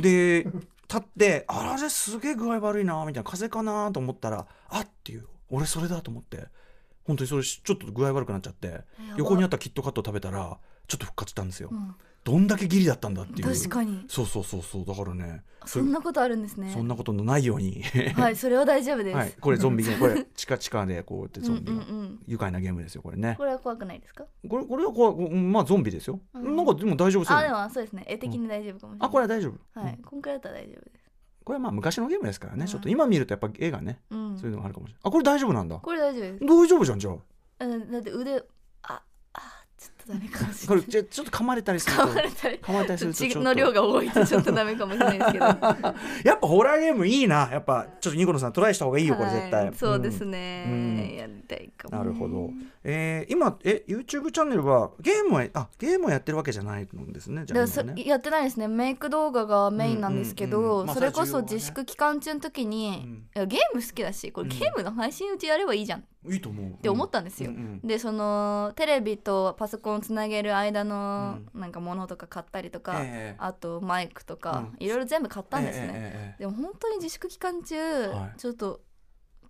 Speaker 1: で立ってあれすげえ具合悪いなみたいな風邪かなと思ったらあっていう俺それだと思って本当にそれちょっと具合悪くなっちゃって
Speaker 5: ば
Speaker 1: 横にあったキットカット食べたらちょっと復活したんですよ、
Speaker 5: ん
Speaker 1: どんだけギリだったんだっていう
Speaker 5: 確かに
Speaker 1: そうそうそうそうだからね
Speaker 5: そんなことあるんですね
Speaker 1: そんなことのないように
Speaker 5: はいそれは大丈夫です、
Speaker 1: はいこれゾンビゲームこ
Speaker 5: <laughs>
Speaker 1: れチカチカでこうやってゾンビが
Speaker 5: うんうんうん
Speaker 1: 愉快なゲームですよこれね
Speaker 5: これは怖くないですか
Speaker 1: これこれはこううんまあゾンビですよ、
Speaker 5: うん
Speaker 1: なんかでも大丈夫そう
Speaker 5: あで
Speaker 1: あ
Speaker 5: もそうですね絵的に大丈夫かもしれない、
Speaker 1: あこれは大丈夫、
Speaker 5: はいこんくらいだったら大丈夫です
Speaker 1: これはまあ昔のゲームですからね、
Speaker 5: うん
Speaker 1: ちょっと今見るとやっぱ絵がね
Speaker 5: うん
Speaker 1: そういうのがあるかもしれない。あ、これ大丈夫なんだ。
Speaker 5: これ大丈夫です
Speaker 1: 大丈夫じゃん、じゃあ。
Speaker 5: うんだって腕ああちょっとダメかもし
Speaker 1: こ
Speaker 5: れな
Speaker 1: れ、
Speaker 5: い
Speaker 1: じゃあちょっと噛まれたりすると。
Speaker 5: 噛まれたり
Speaker 1: 噛まれたりするとちょっ
Speaker 5: 血
Speaker 1: と。
Speaker 5: の量が多いとちょっとダメかもしれないですけど
Speaker 1: <laughs> やっぱホラーゲームいいな。やっぱ、ちょっとニコルさんトライした方がいいよ、これ絶
Speaker 5: は
Speaker 1: 対。
Speaker 5: いそうです
Speaker 1: ん。
Speaker 5: ね、
Speaker 1: うん
Speaker 5: やりたいかも
Speaker 1: なるほど。えー、今、え、YouTube チャンネルは、ゲームは、あ、ゲームをやってるわけじゃないんですね。じゃあ
Speaker 5: だ
Speaker 1: 今
Speaker 5: から
Speaker 1: は
Speaker 5: そ
Speaker 1: ね。
Speaker 5: やってないですねメイク動画がメインなんですけ
Speaker 1: うんうん
Speaker 5: ど、
Speaker 1: うんまあ
Speaker 5: それこそ
Speaker 1: それは重要だね
Speaker 5: 自粛期間中の時に、
Speaker 1: うん
Speaker 5: いやゲーム好きだしこれゲームの配信うちやればいいじゃんっ
Speaker 1: いいと思う。って
Speaker 5: 思ったんですよ、
Speaker 1: うんうん
Speaker 5: でそのテレビとパソコンをつなげる間の
Speaker 1: う
Speaker 5: なんかものとか買ったりとか、
Speaker 1: ええ
Speaker 5: あとマイクとか、
Speaker 1: うん
Speaker 5: いろいろ全部買ったんですね、
Speaker 1: ね。
Speaker 5: でも本当に自粛期間中、
Speaker 1: はい
Speaker 5: ちょっと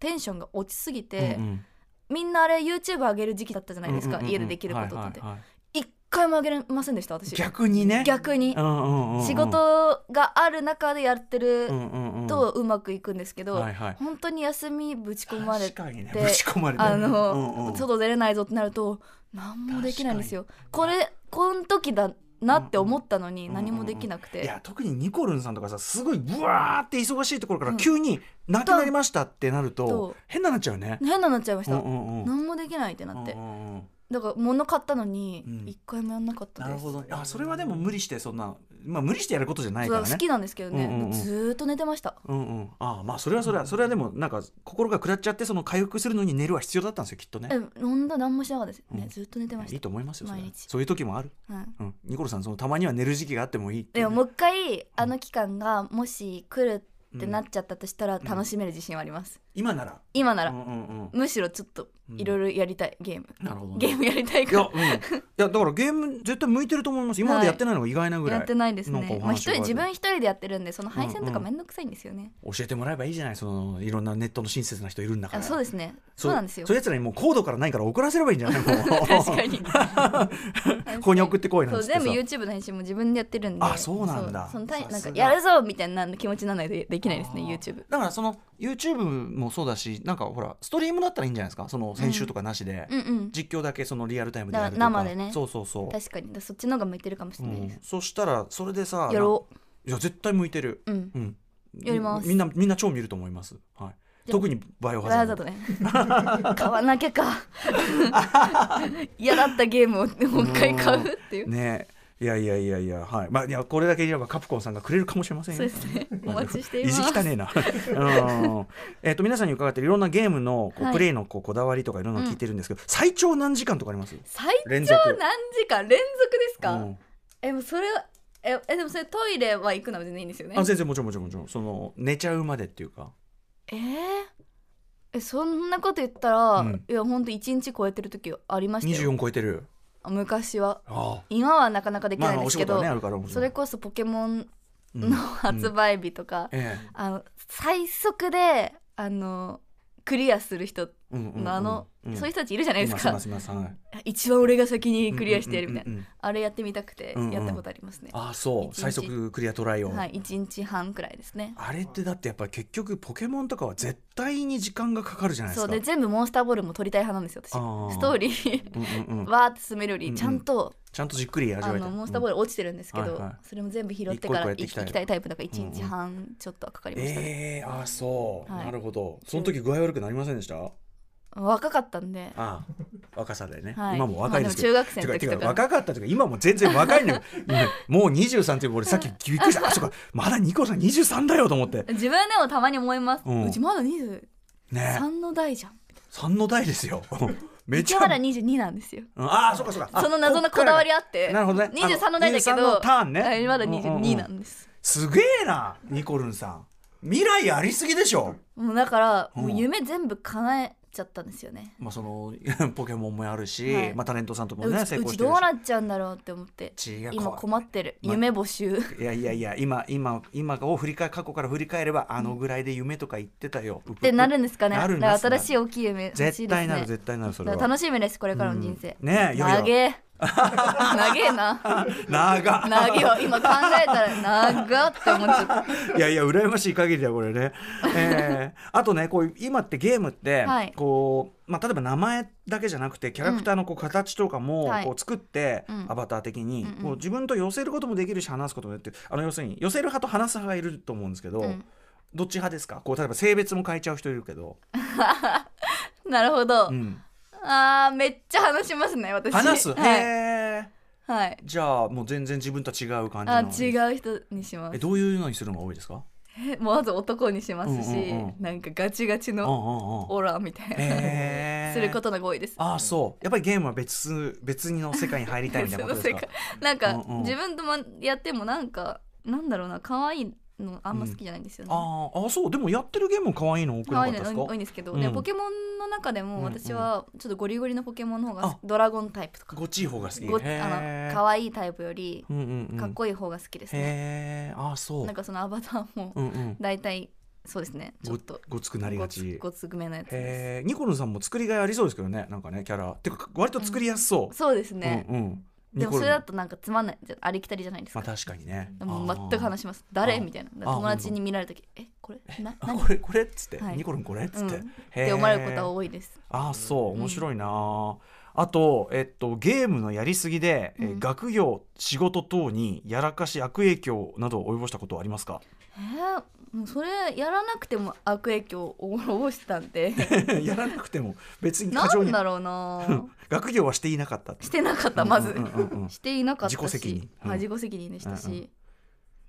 Speaker 5: テンションが落ちすぎ
Speaker 1: ええええ
Speaker 5: て、
Speaker 1: うんうん
Speaker 5: みんなあれ YouTube 上げる時期だったじゃないですか、
Speaker 1: うんうんうん
Speaker 5: 家でできることって、
Speaker 1: はいはいはい
Speaker 5: 一回も上げれませんでした私
Speaker 1: 逆にね。
Speaker 5: 逆に
Speaker 1: うんうんうんうん
Speaker 5: 仕事がある中でやってる
Speaker 1: うんうんうん
Speaker 5: とうまくいくんですけど、
Speaker 1: はいはい
Speaker 5: 本当に休みぶち込ま
Speaker 1: 確
Speaker 5: れて、
Speaker 1: かにねぶち込まれて
Speaker 5: あの、
Speaker 1: うんうん
Speaker 5: 外出れないぞってなると何もできないんですよこれこの時だなって思ったのに何もできなくて、
Speaker 1: いや特にニコルンさんとかさすごいブワーって忙しいところから急に「なくなりました」ってなると
Speaker 5: と
Speaker 1: 変ななっちゃうね。
Speaker 5: 変なのになっちゃいまし
Speaker 1: う
Speaker 5: た、
Speaker 1: んうんうん
Speaker 5: 何もできないってなって、
Speaker 1: うんうんうん
Speaker 5: だから物買ったのに
Speaker 1: うん
Speaker 5: 一回もやんなかった
Speaker 1: な
Speaker 5: で
Speaker 1: る
Speaker 5: す、
Speaker 1: ほどあそれはでも無理してそんな、まあ、無理してやることじゃない
Speaker 5: そう
Speaker 1: か
Speaker 5: だ
Speaker 1: ら
Speaker 5: から
Speaker 1: ね
Speaker 5: 好。きなんですけどね、
Speaker 1: うんうんうん
Speaker 5: ずーっと寝てました
Speaker 1: うんうん、ああまあそれはそれはそれはでもなんか心が下っちゃってその回復するのに寝るは必要だったんですよきっとね
Speaker 5: え。本当何もしなかったですね、
Speaker 1: うん
Speaker 5: ずっと寝てました
Speaker 1: いいと思いますよそれは
Speaker 5: 毎日
Speaker 1: そういう時もある、
Speaker 5: はい
Speaker 1: うん、ニコルさんそのたまには寝る時期があってもいいってい
Speaker 5: で
Speaker 1: うね、
Speaker 5: ももう一回あの期間がもし来るってなっちゃったとしたら
Speaker 1: ん
Speaker 5: 楽しめる自信はあります、
Speaker 1: 今なら
Speaker 5: 今な
Speaker 1: う
Speaker 5: ら
Speaker 1: んうんうん
Speaker 5: むしろちょっといろいろやりたいゲーム
Speaker 1: なるほどね
Speaker 5: ゲームやりたい
Speaker 1: いや、
Speaker 5: か
Speaker 1: うん、いやだからゲーム絶対向いてると思います今までやってないのが意外なぐ
Speaker 5: ら
Speaker 1: らい、
Speaker 5: やってないです
Speaker 1: なんかお
Speaker 5: ね
Speaker 1: 話
Speaker 5: まあ一
Speaker 1: 伺え
Speaker 5: 人
Speaker 1: て
Speaker 5: 自分一人でやってるんでその配線と
Speaker 1: うんう
Speaker 5: か
Speaker 1: ん
Speaker 5: めんどくさいんですよね
Speaker 1: 教えてもらえばいいじゃないそのいろんなネットの親切な人いるんだか
Speaker 5: あ
Speaker 1: ら
Speaker 5: そうですねそうなんですよ
Speaker 1: そういうやつらにもうコードからないから送らせればいいんじゃないもう
Speaker 5: <laughs> 確か
Speaker 1: <laughs>
Speaker 5: に
Speaker 1: ここに送ってこいな
Speaker 5: そ
Speaker 1: ん
Speaker 5: う
Speaker 1: つって
Speaker 5: 全
Speaker 1: さ
Speaker 5: 部 YouTube の編集も自分でやってるんで
Speaker 1: あそうなんだ
Speaker 5: そうそのたい
Speaker 1: さ
Speaker 5: なん
Speaker 1: す
Speaker 5: か
Speaker 1: が
Speaker 5: やるぞみたいな気持ちにならないとできないですね
Speaker 1: あー
Speaker 5: YouTube
Speaker 1: だからその YouTube もそうだしなんかほらストリームだったらいいんじゃないですかその編集とかなしで、
Speaker 5: うんうん
Speaker 1: 実況だけそのリアルタイムでやるとか
Speaker 5: だ生でね
Speaker 1: そうそうそう
Speaker 5: 確かにだそっちの方が向いてるかもしれないで
Speaker 1: うん
Speaker 5: す、
Speaker 1: そしたらそれでさ
Speaker 5: やろ
Speaker 1: ないや絶対向いてる
Speaker 5: ううん
Speaker 1: うん
Speaker 5: やります
Speaker 1: みみんなみんな超見ると思いますはい
Speaker 5: で
Speaker 1: 特にバイオハザ
Speaker 5: わ
Speaker 1: ー
Speaker 5: ざ
Speaker 1: ド
Speaker 5: とね
Speaker 1: <laughs>
Speaker 5: 買わなきゃか嫌だったゲームをもう一回買うっていう
Speaker 1: ねえいやいやいやいやはいまあいやこれだけ言えばカプコンさんがくれるかもしれませんよ
Speaker 5: そうです
Speaker 1: <laughs>
Speaker 5: ねお待ちしてい
Speaker 1: 意
Speaker 5: ま
Speaker 1: 地
Speaker 5: す
Speaker 1: 汚ねえ
Speaker 5: <laughs>
Speaker 1: な。うんえっと皆さんに伺ってるいろんなゲームのこう
Speaker 5: はい
Speaker 1: プレイのこうこだわりとかいろんなの聞いてるんですけど、最長何時間とかあります？
Speaker 5: 最
Speaker 1: 連
Speaker 5: 長
Speaker 1: 続
Speaker 5: 何時間連続ですか、
Speaker 1: うん
Speaker 5: えもうそれはええでもそれトイレは行くのは全然いいんですよね
Speaker 1: あ先生もちろんもちろんもちろんその寝ちゃうまでっていうか。
Speaker 5: えーえそんなこと言ったら、
Speaker 1: うん
Speaker 5: いやほんと1日超えてる時ありま
Speaker 1: 二
Speaker 5: した
Speaker 1: 十
Speaker 5: よ
Speaker 1: 四超えてる。
Speaker 5: 昔は
Speaker 1: あ
Speaker 5: 今はなかなかでき
Speaker 1: ま
Speaker 5: な
Speaker 1: あ
Speaker 5: い
Speaker 1: まあ
Speaker 5: で
Speaker 1: お
Speaker 5: す
Speaker 1: 仕
Speaker 5: け
Speaker 1: 事
Speaker 5: ど、
Speaker 1: はねあるからもち
Speaker 5: そ
Speaker 1: ろん
Speaker 5: れこそポケモン
Speaker 1: うん
Speaker 5: の発売日とか、
Speaker 1: え
Speaker 5: あの最速であのクリアする人
Speaker 1: えうんうんうん
Speaker 5: のあの、
Speaker 1: ん
Speaker 5: そういう人たちいるじゃないです
Speaker 1: い
Speaker 5: か
Speaker 1: ますいますいますはい
Speaker 5: 一番俺が先 <laughs> にクリアしてやるみたい
Speaker 1: うん
Speaker 5: な、
Speaker 1: うんうんうん
Speaker 5: あれやってみたくて
Speaker 1: うんうん
Speaker 5: やったことありますね、
Speaker 1: あそう
Speaker 5: 一日
Speaker 1: 最速クリアトライを。
Speaker 5: はい1日半くらいですね
Speaker 1: あれってだってやっぱり結局ポケモンとかは絶対に時間がかかるじゃないで
Speaker 5: そ
Speaker 1: す
Speaker 5: う
Speaker 1: か。
Speaker 5: で全部モンスターボールも取りたい派なんですよ私
Speaker 1: あー
Speaker 5: ストーリー
Speaker 1: うんうんうん。
Speaker 5: わーって進めるよりちゃんと、
Speaker 1: ちゃんとじっくり味わ
Speaker 5: あ
Speaker 1: えて。
Speaker 5: のモンスターボール落ちてるんですけど、
Speaker 1: はいはい
Speaker 5: それも全部拾ってから行
Speaker 1: 一個一個やっていき
Speaker 5: き
Speaker 1: たい
Speaker 5: たいタイプだから1日半ちょっとはかかりましたね、
Speaker 1: ええあそう、
Speaker 5: はい
Speaker 1: なるほどその時具合悪くなりませんでしたあ
Speaker 5: 若かったんで
Speaker 1: あ若さでね、
Speaker 5: はい
Speaker 1: 今も若いですけ
Speaker 5: ま
Speaker 1: ど、
Speaker 5: あでも中学生の時
Speaker 1: てかて
Speaker 5: と
Speaker 1: か
Speaker 5: か
Speaker 1: 若かったというか今も全然若いの
Speaker 5: <laughs>
Speaker 1: ようんもう23って俺さっきびっくりしたあそうかまだニコさん23だよと思って
Speaker 5: 自分でもたまに思います、
Speaker 1: う
Speaker 5: うんちまだ23
Speaker 1: ね
Speaker 5: の代じゃん
Speaker 1: 三の代です
Speaker 5: <laughs>
Speaker 1: よめち
Speaker 5: 市
Speaker 1: ゃ
Speaker 5: 原22なんですよ
Speaker 1: うんああそうかそうか
Speaker 5: その謎のこだわり
Speaker 1: あ
Speaker 5: あって
Speaker 1: なるほどね
Speaker 5: 23の代だけ
Speaker 1: あの23の
Speaker 5: ど
Speaker 1: ターンね
Speaker 5: はいまだ
Speaker 1: うんうんう
Speaker 5: 22
Speaker 1: ん
Speaker 5: なんです、
Speaker 1: すげえなニコルンさん未来ありすぎでしょ
Speaker 5: もうだから、
Speaker 1: うん
Speaker 5: もう夢全部叶えちゃったんですよね
Speaker 1: まあその <laughs> ポケモンもやるし、
Speaker 5: はい
Speaker 1: まあタレントさんとも
Speaker 5: う
Speaker 1: ね
Speaker 5: ち
Speaker 1: 成
Speaker 5: う
Speaker 1: 功
Speaker 5: ち
Speaker 1: してる
Speaker 5: ど
Speaker 1: し
Speaker 5: うなっちゃうんだろうって思って
Speaker 1: 違う
Speaker 5: 今困 <laughs> ってる
Speaker 1: ま
Speaker 5: 夢募集
Speaker 1: いやいやいや今今今を振り返過去から振り返ればあのぐらいで夢とか言ってたよっ
Speaker 5: ってなるんですかね
Speaker 1: なる
Speaker 5: だから
Speaker 1: なる
Speaker 5: 新しい大きい夢欲しいです、ね、
Speaker 1: 絶対なる絶対なるそれ
Speaker 5: だ
Speaker 1: は
Speaker 5: から楽しみですこれからの人生、
Speaker 1: うんねえいよいよ <laughs>
Speaker 5: 長え長えな
Speaker 1: 長っ
Speaker 5: 長えよ今考えたら長って思っちゃった
Speaker 1: いやいや羨ましい限りだよこれ
Speaker 5: <laughs>
Speaker 1: ね、えー、あとねこう今ってゲームって、
Speaker 5: はい
Speaker 1: こうまあ、例えば名前だけじゃなくてキャラクターのこう形とかも
Speaker 5: はい
Speaker 1: こう作って、
Speaker 5: うん
Speaker 1: アバター的に、
Speaker 5: うんうん
Speaker 1: こう自分と寄せることもできるし話すこともできるあの要するに寄せる派と話す派がいると思うんですけど、
Speaker 5: うん
Speaker 1: どっち派ですかこう例えば性別も変えちゃう人いるけど、
Speaker 5: なるほど、
Speaker 1: うん、
Speaker 5: あーめっちゃ話しますね私
Speaker 1: 話す、
Speaker 5: はい、
Speaker 1: へー
Speaker 5: はい、
Speaker 1: じゃあもう全然自分とは違う感じな
Speaker 5: あ
Speaker 1: のう
Speaker 5: 違う人にしま
Speaker 1: え
Speaker 5: す
Speaker 1: どういうのにするのが多いですか
Speaker 5: <laughs> もうまず男にしますし、
Speaker 1: うんうんうん
Speaker 5: なんかガチガチ
Speaker 1: うん
Speaker 5: の
Speaker 1: うんうん
Speaker 5: オラみたいな、
Speaker 1: へー
Speaker 5: <laughs> することの方が多いです
Speaker 1: ああそうやっぱりゲームは別別の世界に入りたいみたい
Speaker 5: <laughs>
Speaker 1: なことですか
Speaker 5: なんか、
Speaker 1: うんうん
Speaker 5: 自分ともやってもなんかなんだろうな可愛いのあんま好きじゃないんですよね、
Speaker 1: あーあそうでもやってるゲームも可愛いの多くなか
Speaker 5: 可愛
Speaker 1: っ
Speaker 5: い
Speaker 1: たです
Speaker 5: の多い
Speaker 1: か
Speaker 5: んですけど、
Speaker 1: うん
Speaker 5: でもポケモンの中でも私はちょっとゴリゴリのポケモンの方が好き
Speaker 1: あ
Speaker 5: ドラゴンタイプとか
Speaker 1: ごちい方が好き
Speaker 5: ごあ
Speaker 1: へ
Speaker 5: の
Speaker 1: ー
Speaker 5: 可愛いタイプより
Speaker 1: うんうんうん
Speaker 5: かっこいい方が好きですね、
Speaker 1: へえああそう
Speaker 5: なんかそのアバターも
Speaker 1: うんうん
Speaker 5: 大体そうですねちょ
Speaker 1: ご
Speaker 5: っと
Speaker 1: ごつくなりがち
Speaker 5: ごつごつめのやつです
Speaker 1: へえニコルンさんも作りがいありそうですけどねなんかねキャラてか割と作りやすそう、
Speaker 5: そうですね、
Speaker 1: うんうん
Speaker 5: でもそれだ
Speaker 1: と
Speaker 5: となんかつまんないじゃありきたりじゃないです
Speaker 1: ま
Speaker 5: か
Speaker 1: あ、確かにね
Speaker 5: もう全く話します誰みたいな
Speaker 1: あー
Speaker 5: 友達に見られる時えこれな
Speaker 1: あ
Speaker 5: 何
Speaker 1: これこれっ <laughs> つって、
Speaker 5: はい
Speaker 1: ニコルンこれっつって、
Speaker 5: うん
Speaker 1: へー
Speaker 5: って思われることは多いです
Speaker 1: あそう面白いな、あと、えっと、ゲームのやりすぎで、えー
Speaker 5: うん
Speaker 1: 学業仕事等にやらかし悪影響などを及ぼしたことはありますか <laughs>
Speaker 5: えー、もうそれやらなくても悪影響を及ぼした
Speaker 1: <laughs>
Speaker 5: んで
Speaker 1: やらなくても別に過
Speaker 5: な
Speaker 1: 剰
Speaker 5: ん
Speaker 1: に
Speaker 5: だろうな
Speaker 1: 学業はしていなかったって
Speaker 5: してなかったまず、
Speaker 1: うんうんうんうん
Speaker 5: していなかったし
Speaker 1: 自己責任うん
Speaker 5: はい、自己責任でしたし、
Speaker 1: うんうん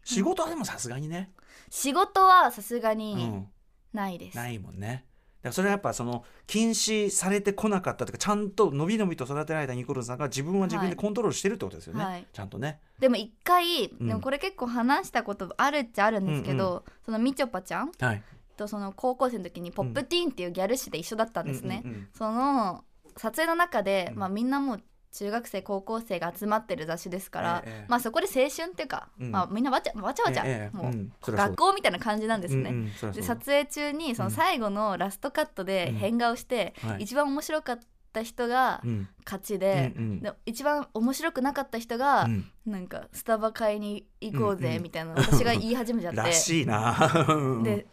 Speaker 1: 仕事はでもさすがにね、
Speaker 5: 仕事はさすが
Speaker 1: う
Speaker 5: に
Speaker 1: ん、
Speaker 5: ないです、
Speaker 1: ないもんねだからそれはやっぱその禁止されてこなかったというかちゃんと伸び伸びと育てられたニコルンさんが自分は自分でコントロールしてるってことですよね、
Speaker 5: はい
Speaker 1: ちゃんとね
Speaker 5: でも一回、
Speaker 1: ん
Speaker 5: でもこれ結構話したことあるっちゃあるんですけど、そのみちょぱちゃん
Speaker 1: はい、
Speaker 5: とその高校生の時に「ポップティーン」っていうギャル誌で一緒だったんですね、
Speaker 1: うんうんうん
Speaker 5: その撮影の中で、
Speaker 1: うん
Speaker 5: まあ、みんなもう中学生高校生が集まってる雑誌ですから、
Speaker 1: ええ
Speaker 5: まあ、そこで青春っていうか、
Speaker 1: うん
Speaker 5: まあ、みんなわちゃわちゃわちゃ、
Speaker 1: ええ
Speaker 5: もう、
Speaker 1: んそりゃそう
Speaker 5: 学校みたいな感じなんですね。
Speaker 1: うんうんそりゃそう
Speaker 5: で撮影中にその最後のラストカットで
Speaker 1: うん
Speaker 5: 変顔して、
Speaker 1: うんはい
Speaker 5: 一番面白かった人が
Speaker 1: うん
Speaker 5: 勝ちで,、
Speaker 1: うんうん
Speaker 5: で一番面白くなかった人が、
Speaker 1: うん
Speaker 5: なんかスタバ買いに行こう
Speaker 1: うん
Speaker 5: ぜ
Speaker 1: うん
Speaker 5: みたいなの私が言い始めちゃって
Speaker 1: <laughs> らしいなうん
Speaker 5: で、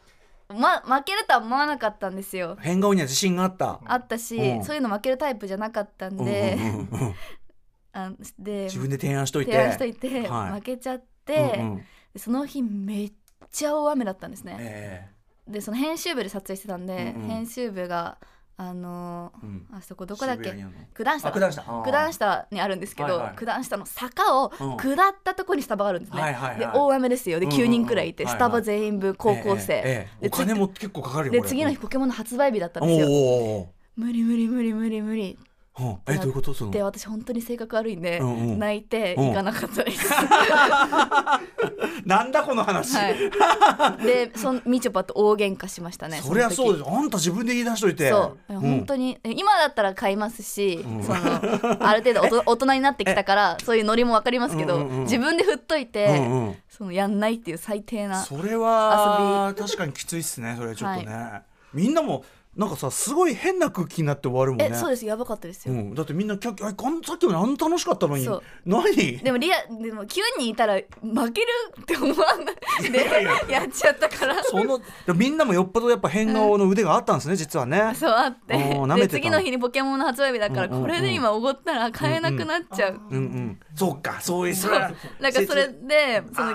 Speaker 5: ま、負けるとは思わなかったんですよ
Speaker 1: 変顔には自信があった
Speaker 5: あったし、
Speaker 1: うん
Speaker 5: そういうの負けるタイプじゃなかったんで、
Speaker 1: うんうんうんうん
Speaker 5: あので
Speaker 1: 自分で提案しといて
Speaker 5: 提案しといて、
Speaker 1: はい
Speaker 5: 負けちゃって、
Speaker 1: うんうん
Speaker 5: でその日めっちゃ大雨だったんですね、
Speaker 1: え
Speaker 5: でその編集部で撮影してたんで、
Speaker 1: うんうん
Speaker 5: 編集部があの
Speaker 1: えうん
Speaker 5: ーあそこどこだっ
Speaker 1: 渋
Speaker 5: け
Speaker 1: 谷にあるの
Speaker 5: 九段下
Speaker 1: あ
Speaker 5: だ
Speaker 1: 九段下あー
Speaker 5: 九段下にあるんですけど、
Speaker 1: はいはい
Speaker 5: 九段下の坂を
Speaker 1: うん
Speaker 5: 下ったとこにスタバがあるんですね、
Speaker 1: はいはいはい
Speaker 5: で大雨ですよで
Speaker 1: うんうんうん
Speaker 5: 9人くらいいて、
Speaker 1: はいはい
Speaker 5: スタバ全員分高校生、
Speaker 1: ええええ
Speaker 5: で
Speaker 1: お金も結構かかるよ
Speaker 5: で
Speaker 1: これ
Speaker 5: 次の日ポケモンの発売日だったん
Speaker 1: お
Speaker 5: ですよ
Speaker 1: お
Speaker 5: 無理無理無理無理無
Speaker 1: ー
Speaker 5: 理
Speaker 1: うんえどういうことその
Speaker 5: で私本当に性格悪いんで、
Speaker 1: うんうん
Speaker 5: 泣いて行かなかった
Speaker 1: <laughs>
Speaker 5: です、
Speaker 1: なんだこの話、
Speaker 5: はい、でそのみちょぱと大喧嘩しましたね
Speaker 1: そりゃそうですすあんた自分で言い出しといて
Speaker 5: そう、
Speaker 1: ん
Speaker 5: 本当にえ今だったら買いますし、
Speaker 1: うん
Speaker 5: その
Speaker 1: <laughs>
Speaker 5: ある程度おと大人になってきたからそういうノリもわかりますけど、
Speaker 1: うんうんうん
Speaker 5: 自分で振っといて、
Speaker 1: うんうん
Speaker 5: そのやんないっていう最低な
Speaker 1: それは確かにきついっすねそれちょっとね、みんなもなんかさすごい変な空気になって終わるもんね
Speaker 5: えそうですやばかったです
Speaker 1: う
Speaker 5: よ、
Speaker 1: ん、だってみんなキャッキャあんさっきまであんな楽しかったのに
Speaker 5: そう
Speaker 1: 何
Speaker 5: でもリアでも9人いたら負けるって思わないでやっちゃったから
Speaker 1: そのでみんなもよっぽどやっぱ変顔の腕があったんですね、実はね
Speaker 5: そうあって
Speaker 1: おー舐めて
Speaker 5: で
Speaker 1: た
Speaker 5: 次の日にポケモンの発売日だから、
Speaker 1: うんうんうん
Speaker 5: これで今おごったら買えなくなっちゃう、
Speaker 1: うんうんそうかそういう
Speaker 5: そうなんかそれでその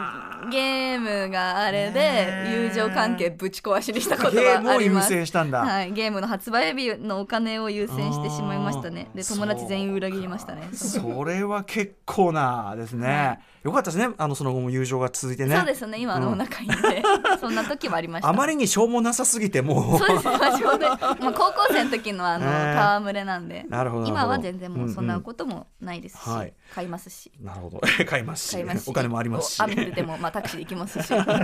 Speaker 5: ゲームがあれで友情関係ぶち壊しにしたこと
Speaker 1: ゲーム
Speaker 5: はあ
Speaker 1: を
Speaker 5: り
Speaker 1: 優
Speaker 5: ます
Speaker 1: 先したんだ、
Speaker 5: はい、ゲームの発売日のお金を優先してしまいましたね
Speaker 1: あー
Speaker 5: で友達全員裏切りましたねそう
Speaker 1: それは結構なですねよかったですねあのその後も友情が続いてね
Speaker 5: ですね今あのお腹いっ
Speaker 1: <laughs>
Speaker 5: で、そんな時はありました
Speaker 1: あまりにしょうもなさすぎてもう
Speaker 5: そうです、まあ、ちょうど、まあ、高校生の時のあの
Speaker 1: ねえ
Speaker 5: 戯れなんで、
Speaker 1: なるほどなるほど
Speaker 5: 今は全然もうそんなこともないですし、
Speaker 1: うんうんはい
Speaker 5: 買いますし。
Speaker 1: なるほど <laughs> 買いますし
Speaker 5: 買いますし
Speaker 1: お金もありますし
Speaker 5: 雨降っててもまあタクシーで行きますし
Speaker 1: <laughs>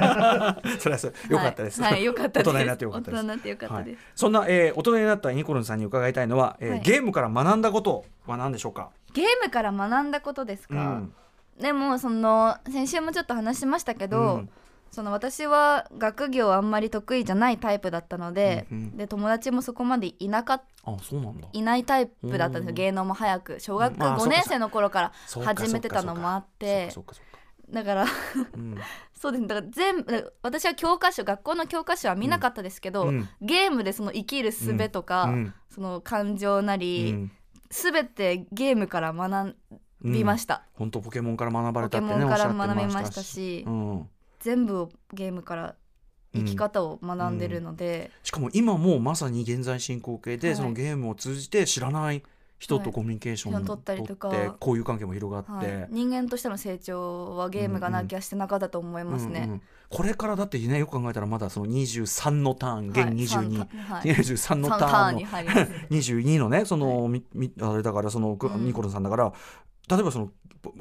Speaker 1: それはそうよかったです、
Speaker 5: はいはいよかったです
Speaker 1: 大人になってよかったです
Speaker 5: 大人になってよかったです
Speaker 1: はい、そんな、えー大人になったニコルンさんに伺いたいのは、えー
Speaker 5: はい
Speaker 1: ゲームから学んだことは何でしょうか、
Speaker 5: ゲームから学んだことです
Speaker 1: う
Speaker 5: か、
Speaker 1: ん
Speaker 5: でもその先週もちょっと話しましたけど、
Speaker 1: うん
Speaker 5: その私は学業あんまり得意じゃないタイプだったので,、
Speaker 1: うんうん
Speaker 5: で友達もそこまでいなか
Speaker 1: あそうなんだ
Speaker 5: いないタイプだったんです
Speaker 1: う
Speaker 5: よ
Speaker 1: ん
Speaker 5: 芸能も早く小学
Speaker 1: うんあ
Speaker 5: 5年生の頃から
Speaker 1: そうか
Speaker 5: 始めてたのもあって
Speaker 1: そうかそうか
Speaker 5: だから <laughs>
Speaker 1: うん
Speaker 5: そうですねだから全部だから私は教科書学校の教科書は見なかったですけど、
Speaker 1: うん
Speaker 5: ゲームでその生きる術とか、
Speaker 1: うん
Speaker 5: その感情な
Speaker 1: う
Speaker 5: り、
Speaker 1: ん
Speaker 5: 全てゲームから学びました、
Speaker 1: 本当ポケモンから学ばれた
Speaker 5: ポ
Speaker 1: っ
Speaker 5: ケ
Speaker 1: てね
Speaker 5: モンから
Speaker 1: おっゃって
Speaker 5: 学びましたし
Speaker 1: うん、
Speaker 5: 全部をゲームから生き方を学んでるので、
Speaker 1: しかも今もまさに現在進行形で、
Speaker 5: はい
Speaker 1: そのゲームを通じて知らない人とコミュニケーション
Speaker 5: はい取ったりとか
Speaker 1: 取って交友関係も広がって、
Speaker 5: はい、人間としての成長はゲームがなきゃしてなかったと思いますね。
Speaker 1: うんうんこれからだってねよく考えたらまだその23のターン現
Speaker 5: はい
Speaker 1: 22、
Speaker 5: は
Speaker 1: <laughs>
Speaker 5: い
Speaker 1: 23の
Speaker 5: 三
Speaker 1: タ
Speaker 5: タ
Speaker 1: ー
Speaker 5: ー
Speaker 1: ン
Speaker 5: ン
Speaker 1: の
Speaker 5: に入ります。
Speaker 1: 22のねその、みみあれだからその、く
Speaker 5: うん
Speaker 1: ニコルンさんだから例えばその